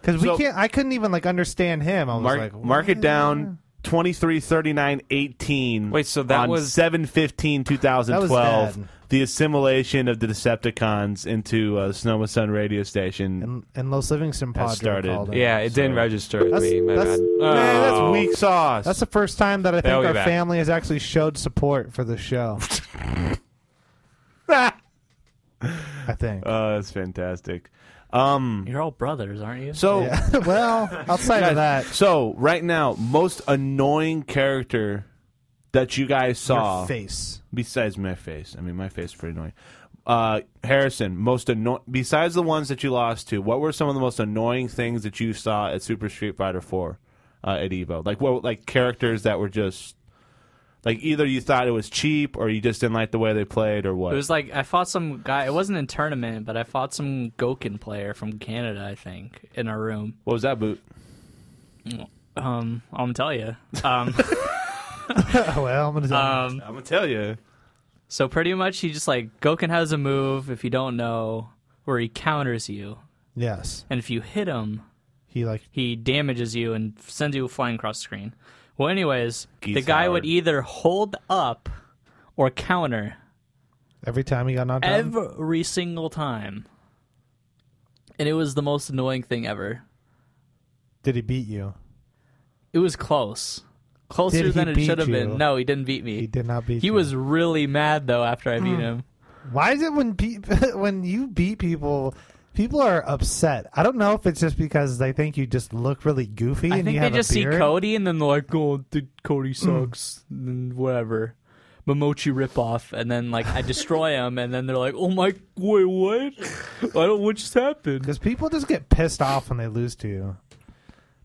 F: Because we
G: So-
F: can't. I couldn't even like understand him. I was
G: Mark,
F: like,
G: mark it down. 23 39 18 wait so
I: that
G: on
I: was-
G: 7 15
F: That was
G: 2012
F: bad.
G: the assimilation of the decepticons into uh, sonoma sun radio station
F: and Los Livingston
G: has
F: Padre
G: started
F: called him.
I: Yeah, it didn't register with
F: That's-
I: me. My
F: that's-
I: bad.
G: Man, that's
I: Oh.
G: weak sauce.
F: That's the first time that I think
I: They'll be
F: our
I: back.
F: family has actually showed support for
G: *laughs*
F: the show. I think.
G: Oh, that's fantastic. Um,
J: You're all brothers, aren't you?
G: So,
F: Yeah. *laughs* well, outside of that,
G: oh. Guys, so right now, most annoying character that you guys saw
F: Your face. *laughs*
G: besides my face. I mean, my face is pretty annoying. Uh, Harrison, most annoying besides the ones that you lost to. What were some of the most annoying things that you saw at Super Street Fighter Four uh, at Evo? Like what, like characters that were just like either you thought it was cheap or you just didn't like the way they played or what?
J: It was like I fought some guy. It wasn't in tournament, but I fought some Gokin player from Canada, I think, in a room.
G: What was that boot?
J: Um, I'm gonna tell you. Um,
F: well, I'm gonna tell
G: Uh,
J: um,
G: I'm gonna tell you.
J: So pretty much, he just like Gokin has a move if you don't know where he counters you,
F: yes,
J: and if you hit him,
F: he like
J: he damages you and sends you flying across the screen. Well, anyways,
F: Keith
J: the guy
F: Howard.
J: would either hold up or counter.
F: every time he got knocked out.
J: every single time. and it was the most annoying thing ever.
F: Did he beat you?
J: It was close. Closer
F: Did he
J: than it
F: beat
J: should have
F: you?
J: been. No, he didn't beat me. He did
F: not beat
J: He was really mad though after I beat
F: Mm.
J: him.
F: Why is it when pe- *laughs* when you beat people, people are upset? I don't know if it's just because they think you just look really goofy.
J: I
F: and
J: think
F: you
J: they
F: have a
J: just see
F: beard. Hmm.
J: Cody and then they're like, "Oh, dude, Cody sucks," and whatever. Momochi ripoff, and then like I destroy him, and then they're like, "Oh my, wait, what? I don't. What just happened?"
F: Because people just get pissed off when they lose to you.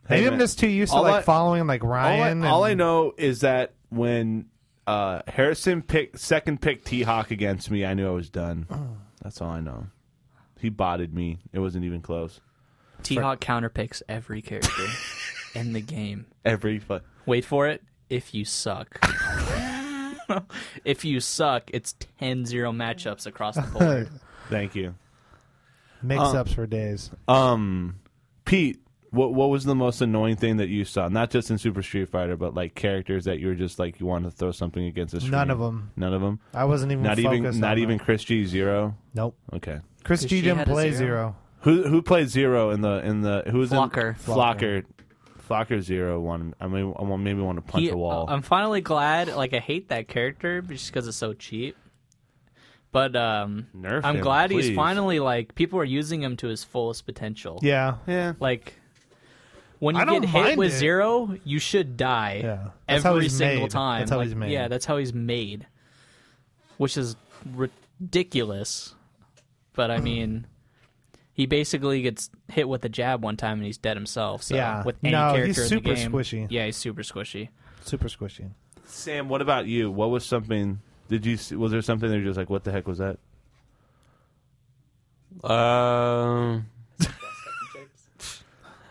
G: Hey,
F: Maybe I'm
G: man.
F: just too used to
G: All
F: like
G: I-
F: following like Ryan.
G: All I,
F: and,
G: all I know is that when uh, Harrison picked second pick T Hawk against me, I knew I was done. That's all I know. He botted me. It wasn't even close.
J: T Hawk counterpicks
F: *laughs*
J: every character in the game.
G: Every foot.
J: Wait for it. If
F: *laughs*
J: you suck. *laughs* if you suck, it's 10-0 matchups across the
F: *laughs*
J: board.
G: Thank you.
F: Mix-ups
G: uh,
F: for days.
G: Um, Pete, what what was the most annoying thing that you saw? Not just in Super Street Fighter, but like characters that you were just like you wanted to throw something against the screen.
F: None of 'em.
G: None of them.
F: I wasn't even
G: Not even.
F: focused
G: Not
F: on
G: even Chris G zero.
F: Nope.
G: Okay.
F: Chris Does G she didn't had a play zero?
G: Who who played zero in the in the who was
J: Flocker.
G: in Flocker. Flocker zero one. I mean, I want- maybe want to punch
J: He- um,
G: a wall.
J: I'm finally glad. Like I hate that character just because it's so cheap. But um,
G: Nerf
J: I'm
G: him,
J: glad
G: please.
J: he's finally like people are using him to his fullest potential.
F: Yeah. Yeah.
J: Like when you
F: I don't
J: get hit
F: mind
J: with
F: it.
J: zero, you should die.
F: Yeah. That's how
J: Every
F: he's
J: single
F: made.
J: time.
F: That's how
J: Like,
F: he's made.
J: Yeah, that's how he's made. Which is ridiculous. But I mean. He basically gets hit with a jab one time and he's dead himself. So
F: Yeah.
J: with any
F: No,
J: character
F: he's
J: in
F: super
J: the game,
F: squishy.
J: Yeah, he's super squishy.
F: super squishy.
G: Sam, what about you? What was something? Did you see- was there something that you're just like, what the heck was that?
I: Oh. Um, *laughs*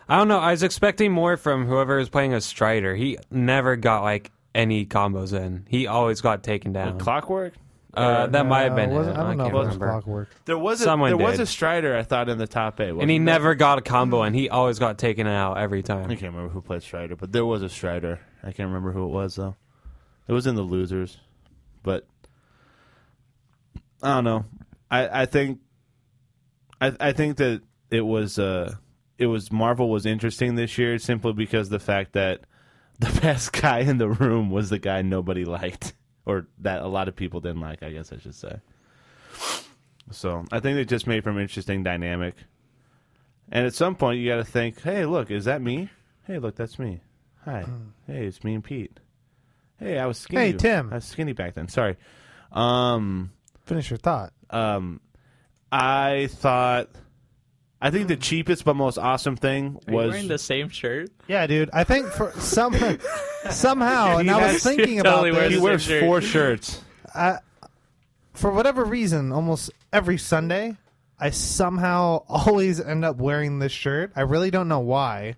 I: I don't know. I was expecting more from whoever was playing a Strider. He never got like any combos in. He always got taken down.
G: clockwork.
I: Uh, that might have been.
F: Uh,
I: him.
F: was it- I don't know
I: can't
F: if it was
I: remember.
F: Clockwork.
G: There was a,
I: Someone
G: there was
I: did.
G: a Strider I thought in the top eight,
I: and he never got a combo, and he always got taken out every time.
G: I can't remember who played Strider, but there was a Strider. I can't remember who it was though. It was in the losers, but I don't know. I, I think I I think that it was uh it was Marvel was interesting this year simply because the fact that *laughs* the best guy in the room was the guy nobody liked or that a lot of people didn't like. I guess I should say. So I think it just made for an interesting dynamic. And at some point, you got to think, hey, look, is that me? Hey, look, that's me.
F: *clears throat*
G: Hi. Hey, it's me and Pete. Hey, I was skinny.
F: Hey, Tim.
G: I was skinny back then. Sorry. Um,
F: Finish your thought.
G: um, I thought, I think
F: Mm.
G: the cheapest but most awesome thing
J: Are you
G: was
J: wearing the same shirt?
F: Yeah, dude. I think for some somehow, and I was thinking about this.
G: he wears four shirts.
F: I, for whatever reason, almost every Sunday, I somehow *laughs* always end up wearing this shirt. I really don't know why,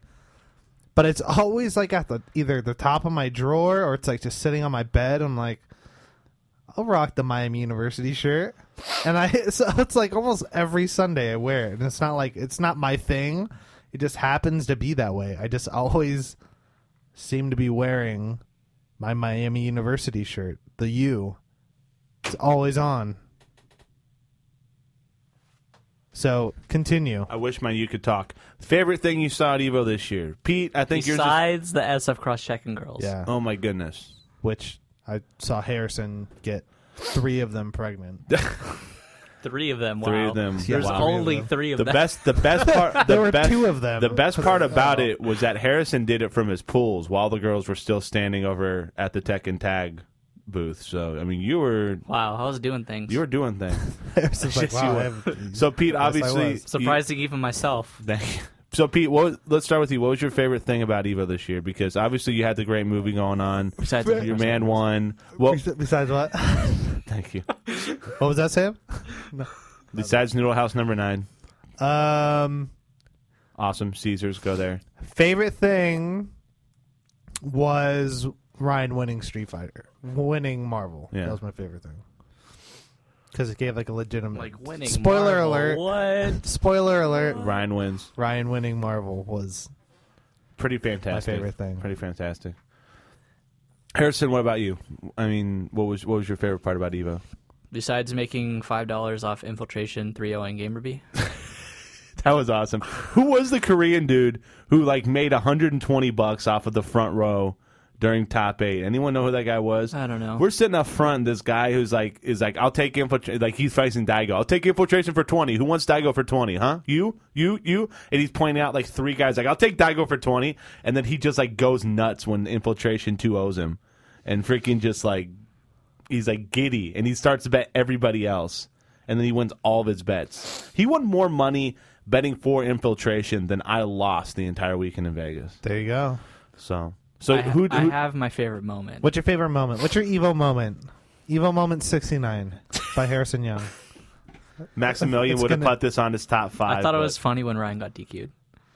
F: but it's always like at the either the top of my drawer or it's like just sitting on my bed. I'm like, I'll rock the Miami University shirt, and I *laughs* so it's like almost every Sunday I wear it, and it's not like it's not my thing. It just happens to be that way. I just always seem to be wearing my Miami University shirt, the U. It's always on. So continue.
G: I wish my you could talk. Favorite thing you saw at Evo this year, Pete? I think yours. Is,
J: Besides the SF cross checking girls.
F: Yeah.
G: oh my goodness.
F: Which I saw Harrison get three of them pregnant.
G: *laughs*
J: Three of them. Wow.
G: Three of them.
J: There's
G: Wow.
J: only three of
G: the
J: them.
G: best. The
J: *laughs*
G: best part. The
F: There were
G: best,
F: two of them.
G: The best part about it was that Harrison did it from his pools while the girls were still standing over at the Tech and Tag booth. So I mean, you were
J: Wow, I was doing things.
G: you were doing things.
F: *laughs* Harrison's like,
G: Yes, you
F: wow, I
G: were.
F: have-
G: so Pete,
F: Yes, I
G: obviously,
F: was.
J: Surprising even myself.
G: you- so Pete, what was, let's start with you. What was your favorite thing about Evo this year? Because obviously you had the great movie going on.
J: Besides the
G: your
J: Harrison
G: man won. Well,
F: Besides what?
G: thank you.
F: *laughs* what was that, Sam?
G: Besides Noodle House number nine,
F: Um,
G: awesome. Caesars, go there.
F: favorite thing was Ryan winning Street Fighter, winning Marvel.
G: Yeah.
F: That was my favorite thing because it gave like a legitimate
J: Like winning
F: Spoiler
J: Marvel,
F: alert!
J: *laughs* what?
F: Spoiler alert!
G: Ryan wins.
F: Ryan winning Marvel was
G: Pretty fantastic.
F: favorite thing.
G: Pretty fantastic. Harrison, what about you? I mean, what was what was your favorite part about Evo?
J: oh Besides making five dollars off infiltration three zero and Gamerby.
G: *laughs* that was awesome. Who was the Korean dude who like made 120 bucks off of the front row during top eight? Anyone know who that guy was? I
J: don't know.
G: We're sitting up front. and This guy who's like is like, I'll take infiltration. Like he's facing Daigo. I'll take infiltration for 20. Who wants Daigo for 20? Huh? You, you, you. And he's pointing out like three guys. Like I'll take Daigo for 20. And then he just like goes nuts when infiltration two owes him, and freaking just like he's like giddy and he starts to bet everybody else and then he wins all of his bets he won more money betting for infiltration than i lost the entire weekend in vegas
F: there you go
G: so so
J: I, ha-
G: who,
J: I
G: who-
J: have my favorite moment.
F: What's your favorite moment? What's your evil moment? Evil moment 69 by Harrison Young.
G: maximilian
F: It's
G: would have
F: gonna-
G: put this on his top five
J: I thought it
G: but-
J: was funny when Ryan got DQ'd.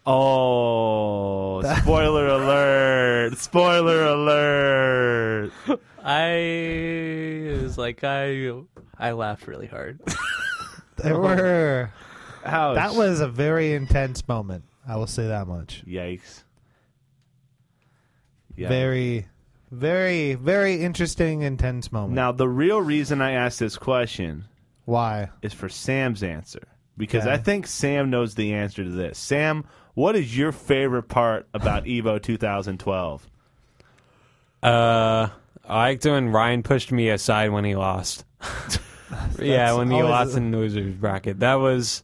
G: oh
F: *laughs*
G: spoiler alert spoiler alert
J: I was like, I I laughed really hard. *laughs*
F: There
I: Oh.
F: were.
G: Ouch.
F: That was a very intense moment. I will say that much.
G: Yikes.
F: Very, very, very interesting, intense moment.
G: Now, the real reason I asked this question,
F: why,
G: is for Sam's answer because
F: Okay.
G: I think Sam knows the answer to this. Sam, what is your favorite part
I: *laughs*
G: about Evo 2012?
I: Uh, I liked it when Ryan pushed me aside when he lost. *laughs* yeah,
G: That's
I: when he
G: always-
I: lost in the losers bracket, that was.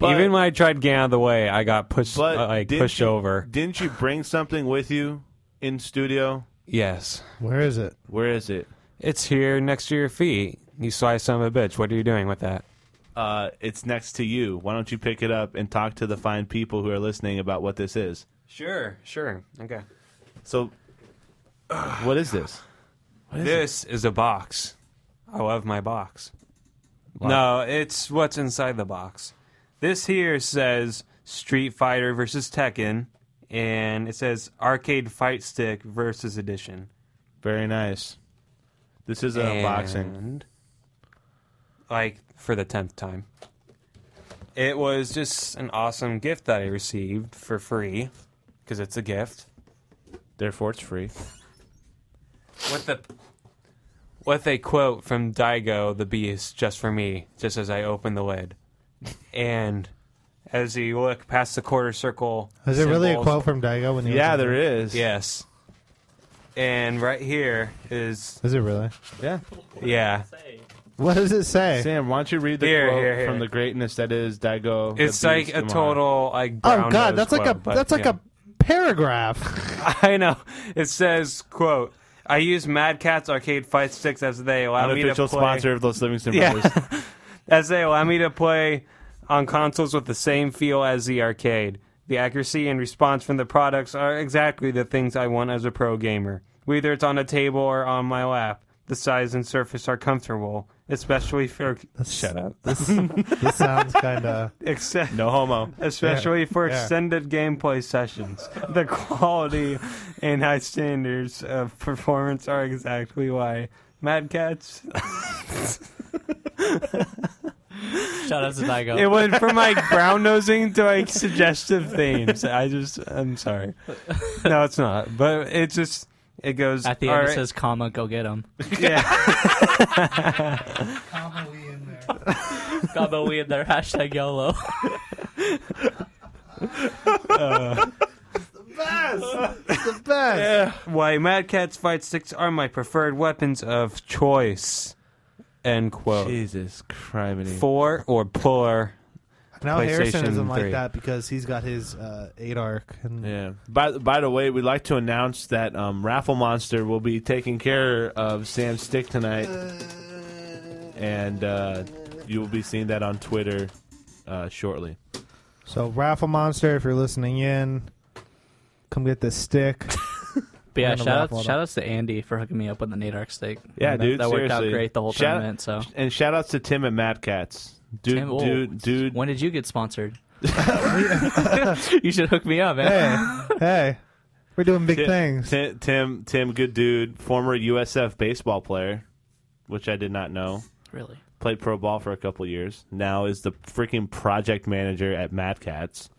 I: even when I tried getting out of the way, I got pushed
G: But
I: uh, like
G: didn't
I: pushed
G: you-
I: over.
G: Didn't you bring something with you in studio?
I: Yes.
F: Where is it?
G: Where is it?
I: It's here next to your feet. You sly son of a bitch. What are you doing with that?
G: Uh, it's next to you. Why don't you pick it up and talk to the fine people who are listening about what this is?
I: Sure, sure. Okay.
G: So, *sighs* what is this?
I: this is a box. I love my box.
G: Wow.
I: No, it's what's inside the box. This here says Street Fighter versus Tekken, and it says Arcade Fight Stick versus Edition.
G: Very nice. This is an unboxing.
I: Like for the tenth time. It was just an awesome gift that I received for free, because it's a gift.
G: Therefore, it's free.
I: With the with a quote from Daigo the Beast just for me, just as I open the lid. And as you look past the quarter circle,
F: Is it really a
I: symbols-
F: quote from Daigo? When he was in
I: Yes. And right here is
F: Is it really?
G: Yeah.
I: yeah.
F: What does it say?
G: Sam, why don't you read the
I: Here,
G: quote
I: here, here.
G: from the greatness that is Daigo? the
I: It's like
G: Beast
I: a
G: Demon.
I: total like
F: Oh
I: brown
F: God,
I: nose
F: that's like a
I: quote, but,
F: that's like
I: yeah.
F: a
I: *laughs*
F: paragraph. *laughs*
I: I know. It says, quote, I use Mad Cat's arcade fight sticks as they allow me to play.
G: unofficial sponsor of Los Livingston Brothers.
I: yeah. as they allow me to play on consoles with the same feel as the arcade. The accuracy and response from the products are exactly the things I want as a pro gamer. Whether it's on a table or on my lap, the size and surface are comfortable, especially
F: *laughs*
I: for shut up.
F: this sounds
I: *laughs*
F: kind of
I: Except *laughs*
G: no homo.
I: especially
F: Yeah,
I: for
F: yeah.
I: extended gameplay sessions. The quality and high standards of performance are exactly why Mad Cats.
J: Shout out to Daigo.
I: It went from like brown nosing to like suggestive themes. I just, I'm sorry. No, it's not. But it just, it goes
J: At the end,
I: all
J: it
I: right.
J: says, "comma, go get him."
I: *laughs* Yeah.
J: comma, we in there. comma, we in there. Hashtag YOLO.
F: the best.
I: Why Mad Cat's fight sticks are my preferred weapons of choice. End quote.
G: Jesus Christ.
I: Four or poor.
F: Now Harrison
I: PlayStation
F: isn't like
I: 3.
F: that because he's got his uh, eight arc. And
G: Yeah. By by the way, we'd like to announce that um, Raffle Monster will be taking care of Sam's stick tonight, and uh, you will be seeing that on Twitter uh, shortly.
F: So Raffle Monster, if you're listening in, come get this stick.
J: But yeah,
F: Random
J: shout
F: raffle it
J: out,
F: up.
J: shout outs to Andy for hooking me up with the Nadark steak.
G: Yeah,
J: that,
G: dude.
J: that worked out
G: seriously.
J: great the whole
G: Shout-
J: tournament. So,
G: and shout outs to Tim at Mad Cats. Dude,
J: Tim, oh,
G: dude, dude.
J: when did you
G: *laughs*
J: get sponsored? you should hook me up, man.
F: *laughs* hey, hey, we're doing big
G: Ti-
F: things.
G: Ti- Tim, Tim, good dude, former USF baseball player, which I did not know.
J: Really?
G: Played pro ball for a couple years. Now is the freaking project manager at Mad Cats.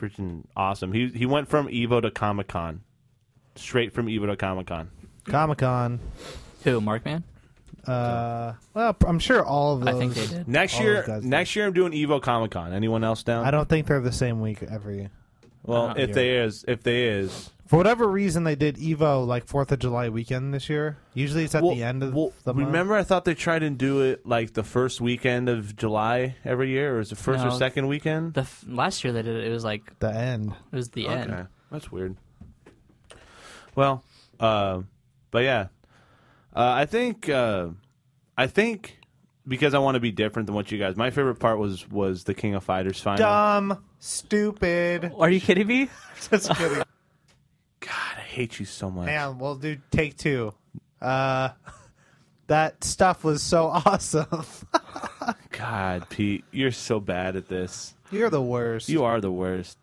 G: Freaking awesome. He he went from Evo to Comic Con, straight from Evo to Comic Con.
F: Comic Con.
J: Who, Markman?
F: Uh, well, I'm sure all of those.
G: Next
F: all those
G: year,
F: guys-
G: next year I'm doing Evo Comic Con. Anyone else down?
F: I don't think they're the same week every.
G: Well,
F: uh,
G: if
F: year.
G: they is, if they is,
F: For whatever reason, they did Evo like Fourth of July weekend this year. Usually, it's at the end of the month.
G: remember I thought they tried and do it like the first weekend of July every year, or is it first or
J: No.
G: second weekend?
J: The f- last year they did it. It was like
F: the end.
J: It was the end.
G: That's weird. Well, uh, but yeah, uh, I think uh, I think because I want to be different than what you guys. My favorite part was was the King of Fighters final.
F: Dumb,
G: *laughs*
F: stupid.
J: Are you kidding me? *laughs*
F: Just kidding.
G: God, I hate you so much.
F: Man, we'll do take two. Uh, *laughs* that stuff was so *laughs* awesome.
G: God, Pete, you're so bad at this.
F: You're the worst.
G: You are the worst.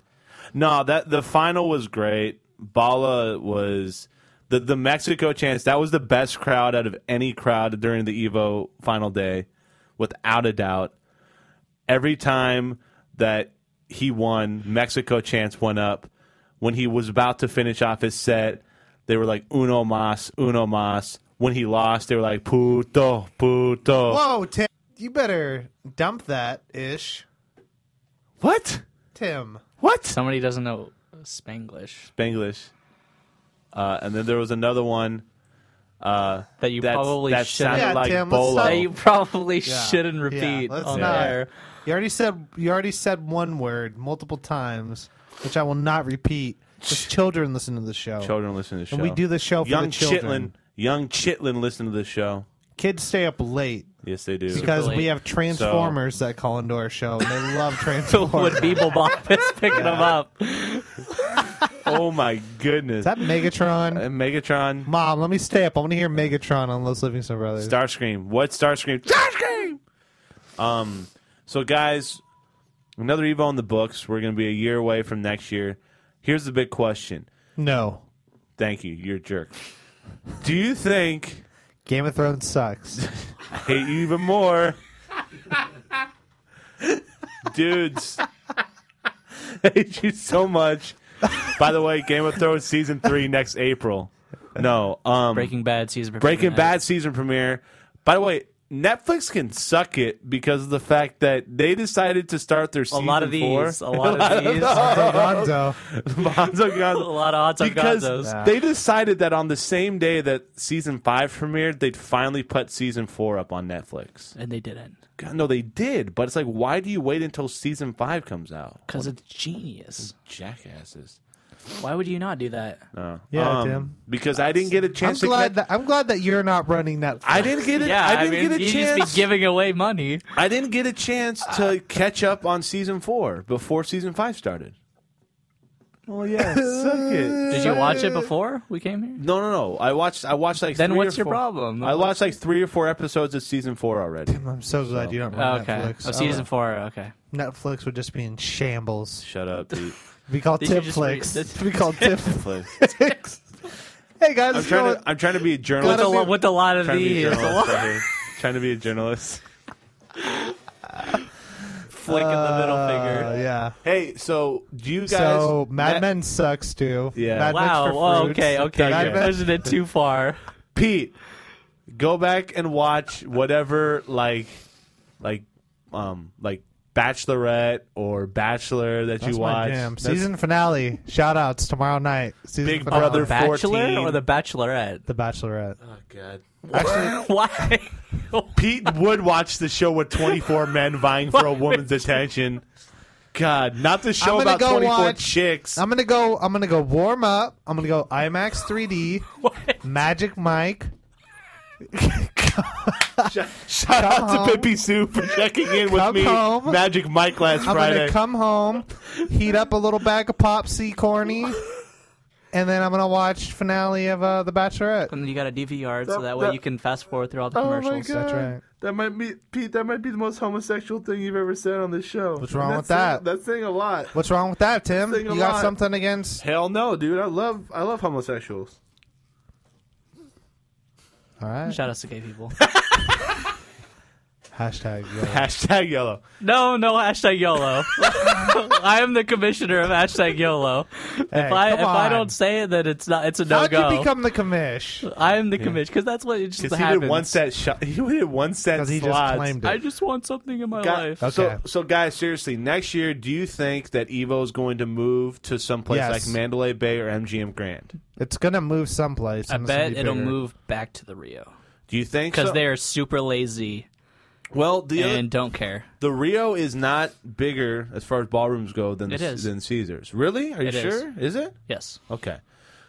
G: No, that the final was great. Bala was the the Mexico chance. That was the best crowd out of any crowd during the Evo final day, without a doubt. Every time that he won, Mexico chance went up. When he was about to finish off his set, they were like "Uno más, Uno más." When he lost, they were like "Puto, puto."
F: Whoa, Tim! You better dump that ish.
G: What?
F: Tim.
G: What?
J: Somebody doesn't know Spanglish.
G: Spanglish. Uh, and then there was another one uh,
J: that you probably
G: that
J: shouldn't-
G: sounded
J: Yeah,
G: like
J: Tim, let's
G: Bolo.
J: stop. That you probably
F: Yeah.
J: shouldn't repeat
F: Yeah, let's
J: on
F: not.
J: air.
F: You already said you already said one word multiple times, which I will not repeat. Just children listen to the show.
G: Children listen to the show.
F: And we do the show for
G: young
F: the children.
G: Chitlin, young Chitlin listen to the show.
F: Kids stay up late.
G: Yes, they
F: *laughs*
G: do.
F: Because we have Transformers that call into our show, and they love Transformers.
J: When Beeblebop is picking them up.
G: oh my goodness! Is
F: that Megatron? *laughs*
G: Megatron.
F: Mom, let me stay up. I want to hear Megatron on Los Livingston Brothers.
G: Starscream. What Starscream? Starscream. Um. So guys, another Evo in the books. We're going to be a year away from next year. Here's the big question.
F: No,
G: Thank you. You're a jerk. Do you think
F: Game of Thrones sucks.
G: I hate you even more? Dudes, I hate you so much. By the way, Game of Thrones season three next April. No, um,
J: Breaking Bad season.
G: Breaking Bad season premiere. By the way, Netflix can suck it because of the fact that they decided to start their
J: A
G: season
J: lot of
G: four. *laughs*
J: these. A lot of these.
F: Gonzo.
G: Bonzo
J: *laughs*
G: Gonzo.
J: A lot of odds on
G: because
J: Gonzos.
G: they decided that on the same day that season five premiered, they'd finally put season four up on Netflix.
J: And they didn't.
G: God, no, they did, but it's like, why do you wait until season five comes out?
J: Because it's genius.
G: Jackasses.
J: Why would you not do that?
G: No.
F: Yeah,
G: Um,
F: Tim.
G: Because I didn't get a
F: I'm
G: chance to
F: glad that I'm glad that you're not running Netflix.
G: I didn't get it.
J: Yeah,
G: I
J: I
G: didn't
J: mean,
G: get a
J: you
G: chance.
J: just be giving away money.
G: I didn't get a chance to catch up on season four before season five started. Well, yeah, suck it.
J: Did you watch
G: Uh,
J: it before we came here?
G: *laughs* No, no, no. I watched. I watched like.
J: Then
G: three
J: what's
G: or
J: your
G: four-
J: problem?
G: I watched like three or four episodes of season four
J: *laughs*
G: already.
F: I'm so glad you don't run
J: Okay.
F: Netflix.
J: Oh, season four. Okay.
F: Netflix would just be in shambles.
G: Shut up, *laughs* Pete.
F: We call
J: Did you just read
F: Tipflix. *laughs*
J: this?
F: We
J: *laughs*
F: call
G: Netflix.
F: Tipflix. *laughs* hey guys,
G: I'm
F: it's
G: trying
F: going-
G: to. I'm trying to be a journalist.
J: With a lo- with a lot of
G: Trying to be a
J: *laughs* these,
G: *laughs*
J: a
G: journalist
J: lot.
G: right here. Trying to be a journalist.
J: Flicking the middle finger.
F: Uh, yeah.
G: Hey, so do you guys?
F: so Mad
G: Net-
F: Men sucks too.
G: Yeah.
F: Mad Men's
J: Wow.
F: for
J: whoa,
F: fruits.
J: okay. Okay.
F: Mad
J: You're
F: Men-
J: pushing it too far.
G: Pete, go back and watch whatever like like um like Bachelorette or Bachelor that
F: That's
G: you
F: my
G: watch.
F: jam.
G: That's
F: Season finale. Shout outs tomorrow night. Season
G: Big
F: finale.
G: Brother
J: the Bachelor
G: 14.
J: or the Bachelorette? *laughs*
F: The Bachelorette.
J: Uh,
G: Oh god.
J: Why?
G: Pete would watch the show with 24 men vying for a
F: *laughs*
G: woman's attention. God, not the show
F: I'm gonna
G: about
F: go
G: 24
F: watch
G: chicks.
F: I'm gonna go. I'm gonna go warm up. I'm gonna go IMAX 3D. Magic Mike. *laughs*
G: Shout out
F: Come home.
G: to Pippi Sue for checking in with
F: Come
G: me,
F: home.
G: Magic Mike, last
F: I'm
G: Friday.
F: gonna come home, heat up a little bag of pop sea corny, and then I'm gonna watch finale of uh, The Bachelorette.
J: And you got a DVR, so
G: That-
J: that way
G: that-
J: you can fast forward through all the
G: Oh my
J: commercials.
G: God. That's
F: right.
G: That might be Pete. That might be the most homosexual thing you've ever said on this show.
F: What's wrong with that?
G: That's saying a lot.
F: What's wrong with that, Tim?
G: Sing a
F: You got
G: lot.
F: something against?
G: Hell no, dude. I love I love homosexuals.
F: All right.
J: Shout outs to gay people.
F: Hashtag yellow.
G: Hashtag yellow.
J: *laughs* No, no hashtag YOLO. *laughs* I am the commissioner of hashtag YOLO. if I
F: come
J: if I
F: on.
J: don't say it, then it's not it's a *laughs* no
F: How'd
J: go.
F: you become the commish?
J: I am the commish because that's what it just
G: Because he
J: happens.
G: did one set shot. He did one set
J: he just
G: slots.
J: claimed it. I just want something in my
G: Guy-
J: life.
G: So, so guys, seriously, next year, do you think that Evo is going to move to someplace
F: Yes.
G: like Mandalay Bay or MGM Grand?
F: It's gonna move someplace.
J: I
F: and it's gonna
J: bet
F: be
J: it'll
F: bigger.
J: move back to the Rio
G: Do you think?
J: because
G: so?
J: they are super lazy
G: well, the other-
J: and don't care.
G: the Rio is not bigger as far as ballrooms go than
J: It is.
G: than Caesars. Really? Are you
J: It is.
G: sure? Is it?
J: Yes.
G: Okay.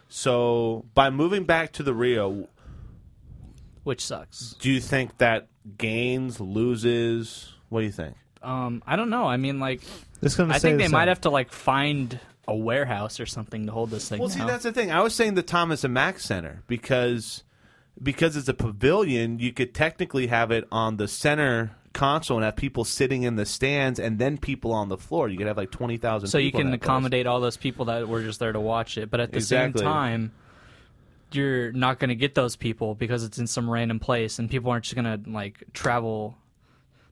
G: So by moving back to the Rio,
J: Which sucks.
G: do you think that gains loses? What do you think?
J: Um, I don't know. I mean, like,
F: It's gonna
J: I
F: stay
J: think
F: the
J: they might
F: same.
J: have to like find a warehouse or something to hold this thing.
G: Well, see,
J: down.
G: that's the thing. I was saying the Thomas and Mack Center because because it's a pavilion, you could technically have it on the center console and have people sitting in the stands and then people on the floor. You could have like twenty thousand.
J: so you can accommodate all those people that were just there to watch it but at the
G: Exactly.
J: same time you're not going to get those people because it's in some random place and people aren't just going to like travel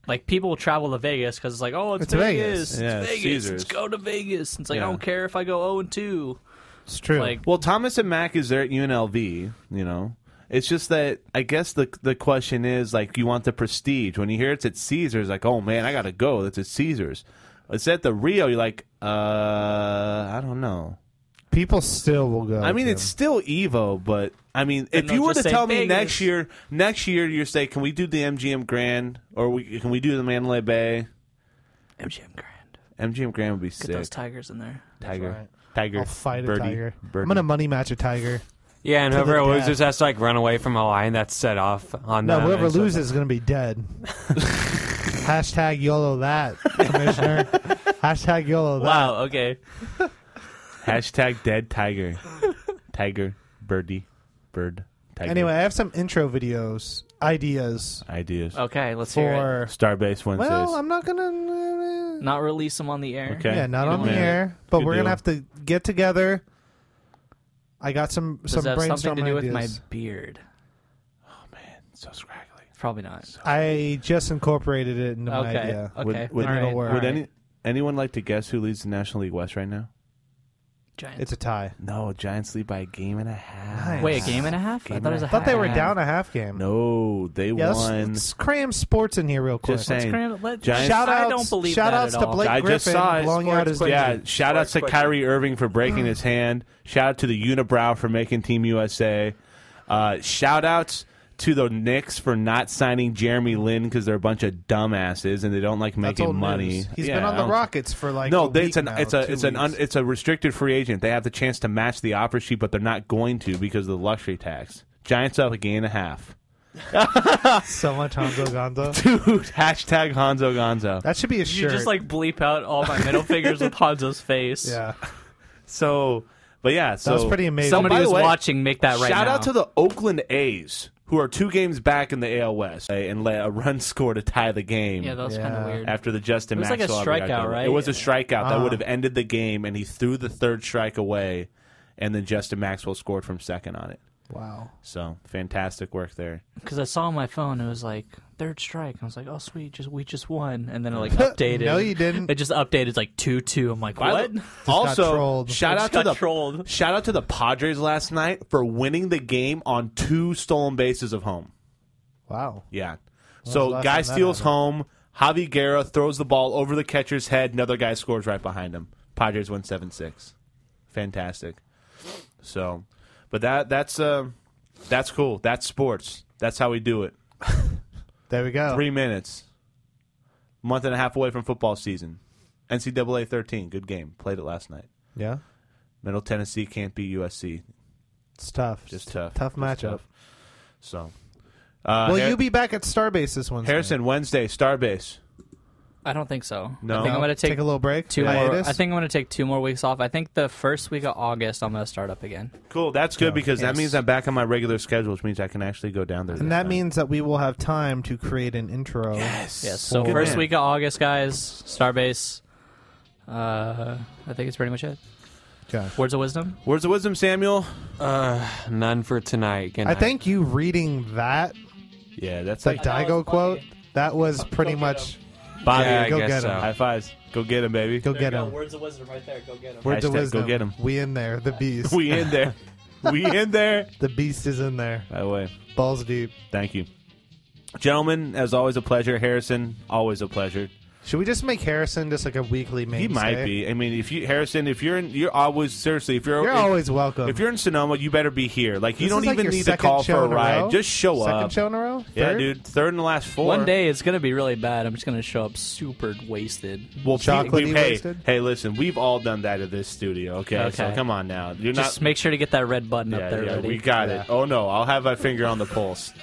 J: like people travel to vegas because it's like oh it's,
F: It's Vegas.
J: vegas,
G: Yeah,
J: it's vegas
G: Caesars.
J: let's go to vegas it's like
G: Yeah.
J: i don't care if i go 0 and 2
F: It's true.
J: like
G: Well, Thomas and Mack is there at UNLV. You know, it's just that I guess the the question is like, you want the prestige when you hear it's at Caesars, like, oh man, I gotta go. That's at Caesars. It's at the Rio. You're like, uh, I don't know.
F: People still will go.
G: I mean,
F: to
G: it's still Evo, but I mean, if
J: they'll
G: you were to
J: just say
G: tell me
J: Vegas.
G: next year, next year you say, can we do the MGM Grand or we, can we do the Mandalay Bay?
J: mgm grand
G: MGM Grand would be
J: get
G: sick.
J: those tigers in there
G: tiger,
F: right.
G: tiger,
F: I'll fight
G: birdie,
F: a tiger.
G: birdie.
F: I'm gonna money match a tiger.
I: Yeah, and
F: To
I: whoever
F: the death.
I: loses has to like run away from a line that's set off on
F: No,
I: them.
F: whoever
I: It's like-
F: loses is gonna be dead.
J: *laughs*
F: Hashtag YOLO that,
J: *laughs*
F: Commissioner. Hashtag YOLO that.
J: wow okay
G: Hashtag dead
F: *laughs*
G: tiger, tiger, birdie, bird, tiger.
F: Anyway, I have some intro videos ideas
G: ideas.
J: okay let's hear it
F: for.
G: Starbase Wednesdays.
F: Well, uh, I'm not gonna.
J: not release them on the air
G: okay.
F: Yeah, not
G: Good
F: on the
G: man.
F: air, but
G: Good
F: we're
G: deal.
F: gonna have to get together. I got some
J: does
F: some
J: that have
F: brainstorming
J: something to do with my
F: ideas.
J: beard
G: "Oh, So scraggly.
J: probably not
F: I just incorporated it into my
J: Okay.
F: idea.
J: Okay.
G: Would, would,
J: All right.
F: It'll work.
G: would
J: All
G: any anyone like to guess who leads the National League West right now?
J: Giants.
F: It's a tie.
G: No, Giants lead by a game and a half.
F: Nice.
J: Wait, a game and a half? I
G: Game
J: thought it
G: and
J: was
G: a
J: a
F: I thought they were
J: half.
F: down a half game.
G: No, they
F: yeah, let's,
G: won.
F: let's cram sports in here real quick.
G: Just saying.
J: Grant, let-
G: Giants-
F: Shout
J: I
F: outs-
J: don't believe
F: shout
J: that
F: outs
J: at
F: to
J: all.
F: Blake
G: I just
F: Griffin
G: saw it.
F: blowing out his
G: yeah,
F: knee.
G: shout outs to Kyrie Irving for breaking his hand. Shout out to the unibrow for making Team USA. Uh, shout outs to the Knicks for not signing Jeremy Lin because they're a bunch of dumbasses and they don't like
F: That's
G: making
F: old
G: money.
F: news.
G: He's
F: He's been on the Rockets for like
G: no,
F: a
G: they,
F: week
G: it's an
F: now,
G: it's a
F: two
G: it's an un,
F: weeks.
G: it's a restricted free agent. They have the chance to match the offer sheet, but they're not going to because of the luxury tax. Giants up a game and a half. *laughs*
F: *laughs* so much Hanzo Gonzo.
G: Dude, hashtag Hanzo Gonzo.
F: That should be a
J: *laughs* You
F: shirt.
J: just like bleep out all my middle fingers with Hanzo's face.
F: yeah,
G: So, but yeah, so
F: that was pretty amazing.
J: Somebody
G: by the
J: who's
G: way,
J: watching, make that right
G: Shout
J: now.
G: out to the Oakland A's, who are two games back in the AL West eh, and let a run *laughs* score to tie the game.
J: yeah, that was kind
F: Yeah.
J: of weird.
G: after the Justin
J: It was like a
G: Maxwell
J: strikeout,
G: goal.
J: right?
G: It was a strikeout that
F: Uh-huh.
G: would have ended the game, and he threw the third strike away, and then Justin Maxwell scored from second on it.
F: wow,
G: So fantastic work there.
J: Because I saw on my phone, it was like third strike. I was like, oh sweet, just we just won. And then it like updated.
F: No, you didn't.
J: It just updated it's like two two. I'm like,
G: By
J: what? *laughs*
G: the-
F: got
G: also,
F: trolled.
G: shout out
J: Just
G: to
J: got
G: the
J: trolled.
G: shout out to the Padres last night for winning the game on two stolen bases of home.
F: wow.
G: Yeah.
F: the
G: So
F: last
G: guy
F: time that
G: steals home. Javi Guerra throws the ball over the catcher's head. Another guy scores right behind him. Padres win seven six. Fantastic. So, but that that's uh, that's cool. That's sports. That's how we do it.
F: There we go.
G: Three minutes. Month and a half away from football season. NCAA thirteen. Good game. Played it last night.
F: Yeah,
G: Middle Tennessee can't beat USC.
F: it's tough.
G: Just tough.
F: Tough
G: Just
F: matchup.
G: tough. So, uh,
F: Will
G: Har-
F: you be back at Starbase this Wednesday?
G: Harrison Wednesday Starbase?
J: I don't think so.
G: No.
J: I think I'm gonna take,
F: a little break.
J: two more.
F: Hiatus?
J: I think I'm gonna take two more weeks off. I think the first week of August, I'm gonna start up again.
G: Cool. That's good because that
J: Yes.
G: means I'm back on my regular schedule, which means I can actually go down there. this
F: and that
G: time.
F: means that we will have time to create an intro.
J: Yes. So
F: Good
J: first
G: man.
J: week of August, guys. Starbase. Uh, I think it's pretty much it.
F: Okay.
J: Words of wisdom.
G: words of wisdom, Samuel.
I: Uh, none for tonight. Good
F: I
I: night.
F: think you reading that
G: Yeah, that's
F: like Daigo quote That was pretty much. Yeah, go get him.
G: High fives. Go get him, baby.
F: Go get him.
J: Words of wisdom right there. Go get him.
F: Where's the wisdom?
G: Go get him.
F: We in there. The
G: *laughs*
F: beast.
G: We in there. We in there.
F: The beast is in there.
G: By the way,
F: balls deep.
G: Thank you, gentlemen. As always, a pleasure. Harrison, always a pleasure.
F: Should we just make Harrison just like a weekly
G: He
F: mainstay?
G: might be. I mean, if you Harrison, if you're in, you're always seriously. If you're
F: You're
G: if-
F: always welcome.
G: If you're in Sonoma, you better be here. Like you
F: This
G: don't
F: is like
G: even
F: your
G: need to
F: second
G: call
F: show
G: for a
F: in a row?
G: ride. Just show
F: Second
G: up.
F: show in a row?
G: Yeah,
F: Third?
G: dude. Third and last four.
J: One day it's gonna be really bad. I'm just gonna show up super wasted.
G: Well, we, hey, hey, listen, we've all done that at this studio. Okay, so
J: Okay.
G: come on now. You're
J: just
G: not.
J: make sure to get that red button
G: Yeah,
J: up there.
G: yeah,
J: ready.
G: we got it. Oh no, I'll have my finger on the
J: *laughs*
G: pulse.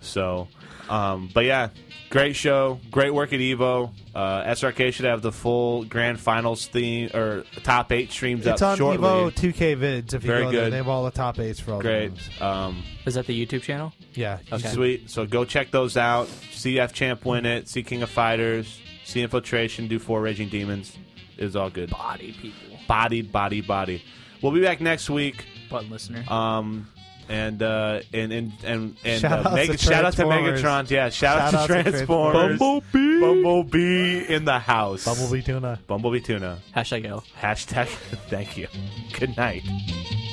G: so, um, but yeah, great show, great work at Evo. Uh, SRK should have the full grand finals theme or top eight streams
F: It's
G: up
F: on
G: shortly.
F: Evo 2K vids. If you
G: Very
F: go there,
G: good.
F: they have all the top eights for all. the
G: Great.
F: games.
G: Um,
J: Is that the YouTube channel?
F: Yeah.
J: Okay.
G: Sweet. So go check those out. See F Champ win it. See King of Fighters. See Infiltration. Do four Raging Demons. It was all good.
J: Body people.
G: Body, body, body. We'll be back next week.
J: Button listener.
G: Um, and uh, and and and, and
J: Shout
G: uh,
J: outs
G: Mega,
J: to
G: shout out to
J: Transformers.
G: Megatron. Yeah, shout,
F: Shout
G: out
F: outs
G: to
F: to
G: Transformers.
F: Transformers.
G: Bumblebee. Bumblebee in the house.
F: Bumblebee tuna.
G: Bumblebee tuna. *laughs*
J: Hashtag L.
G: Hashtag. Thank you. Good night.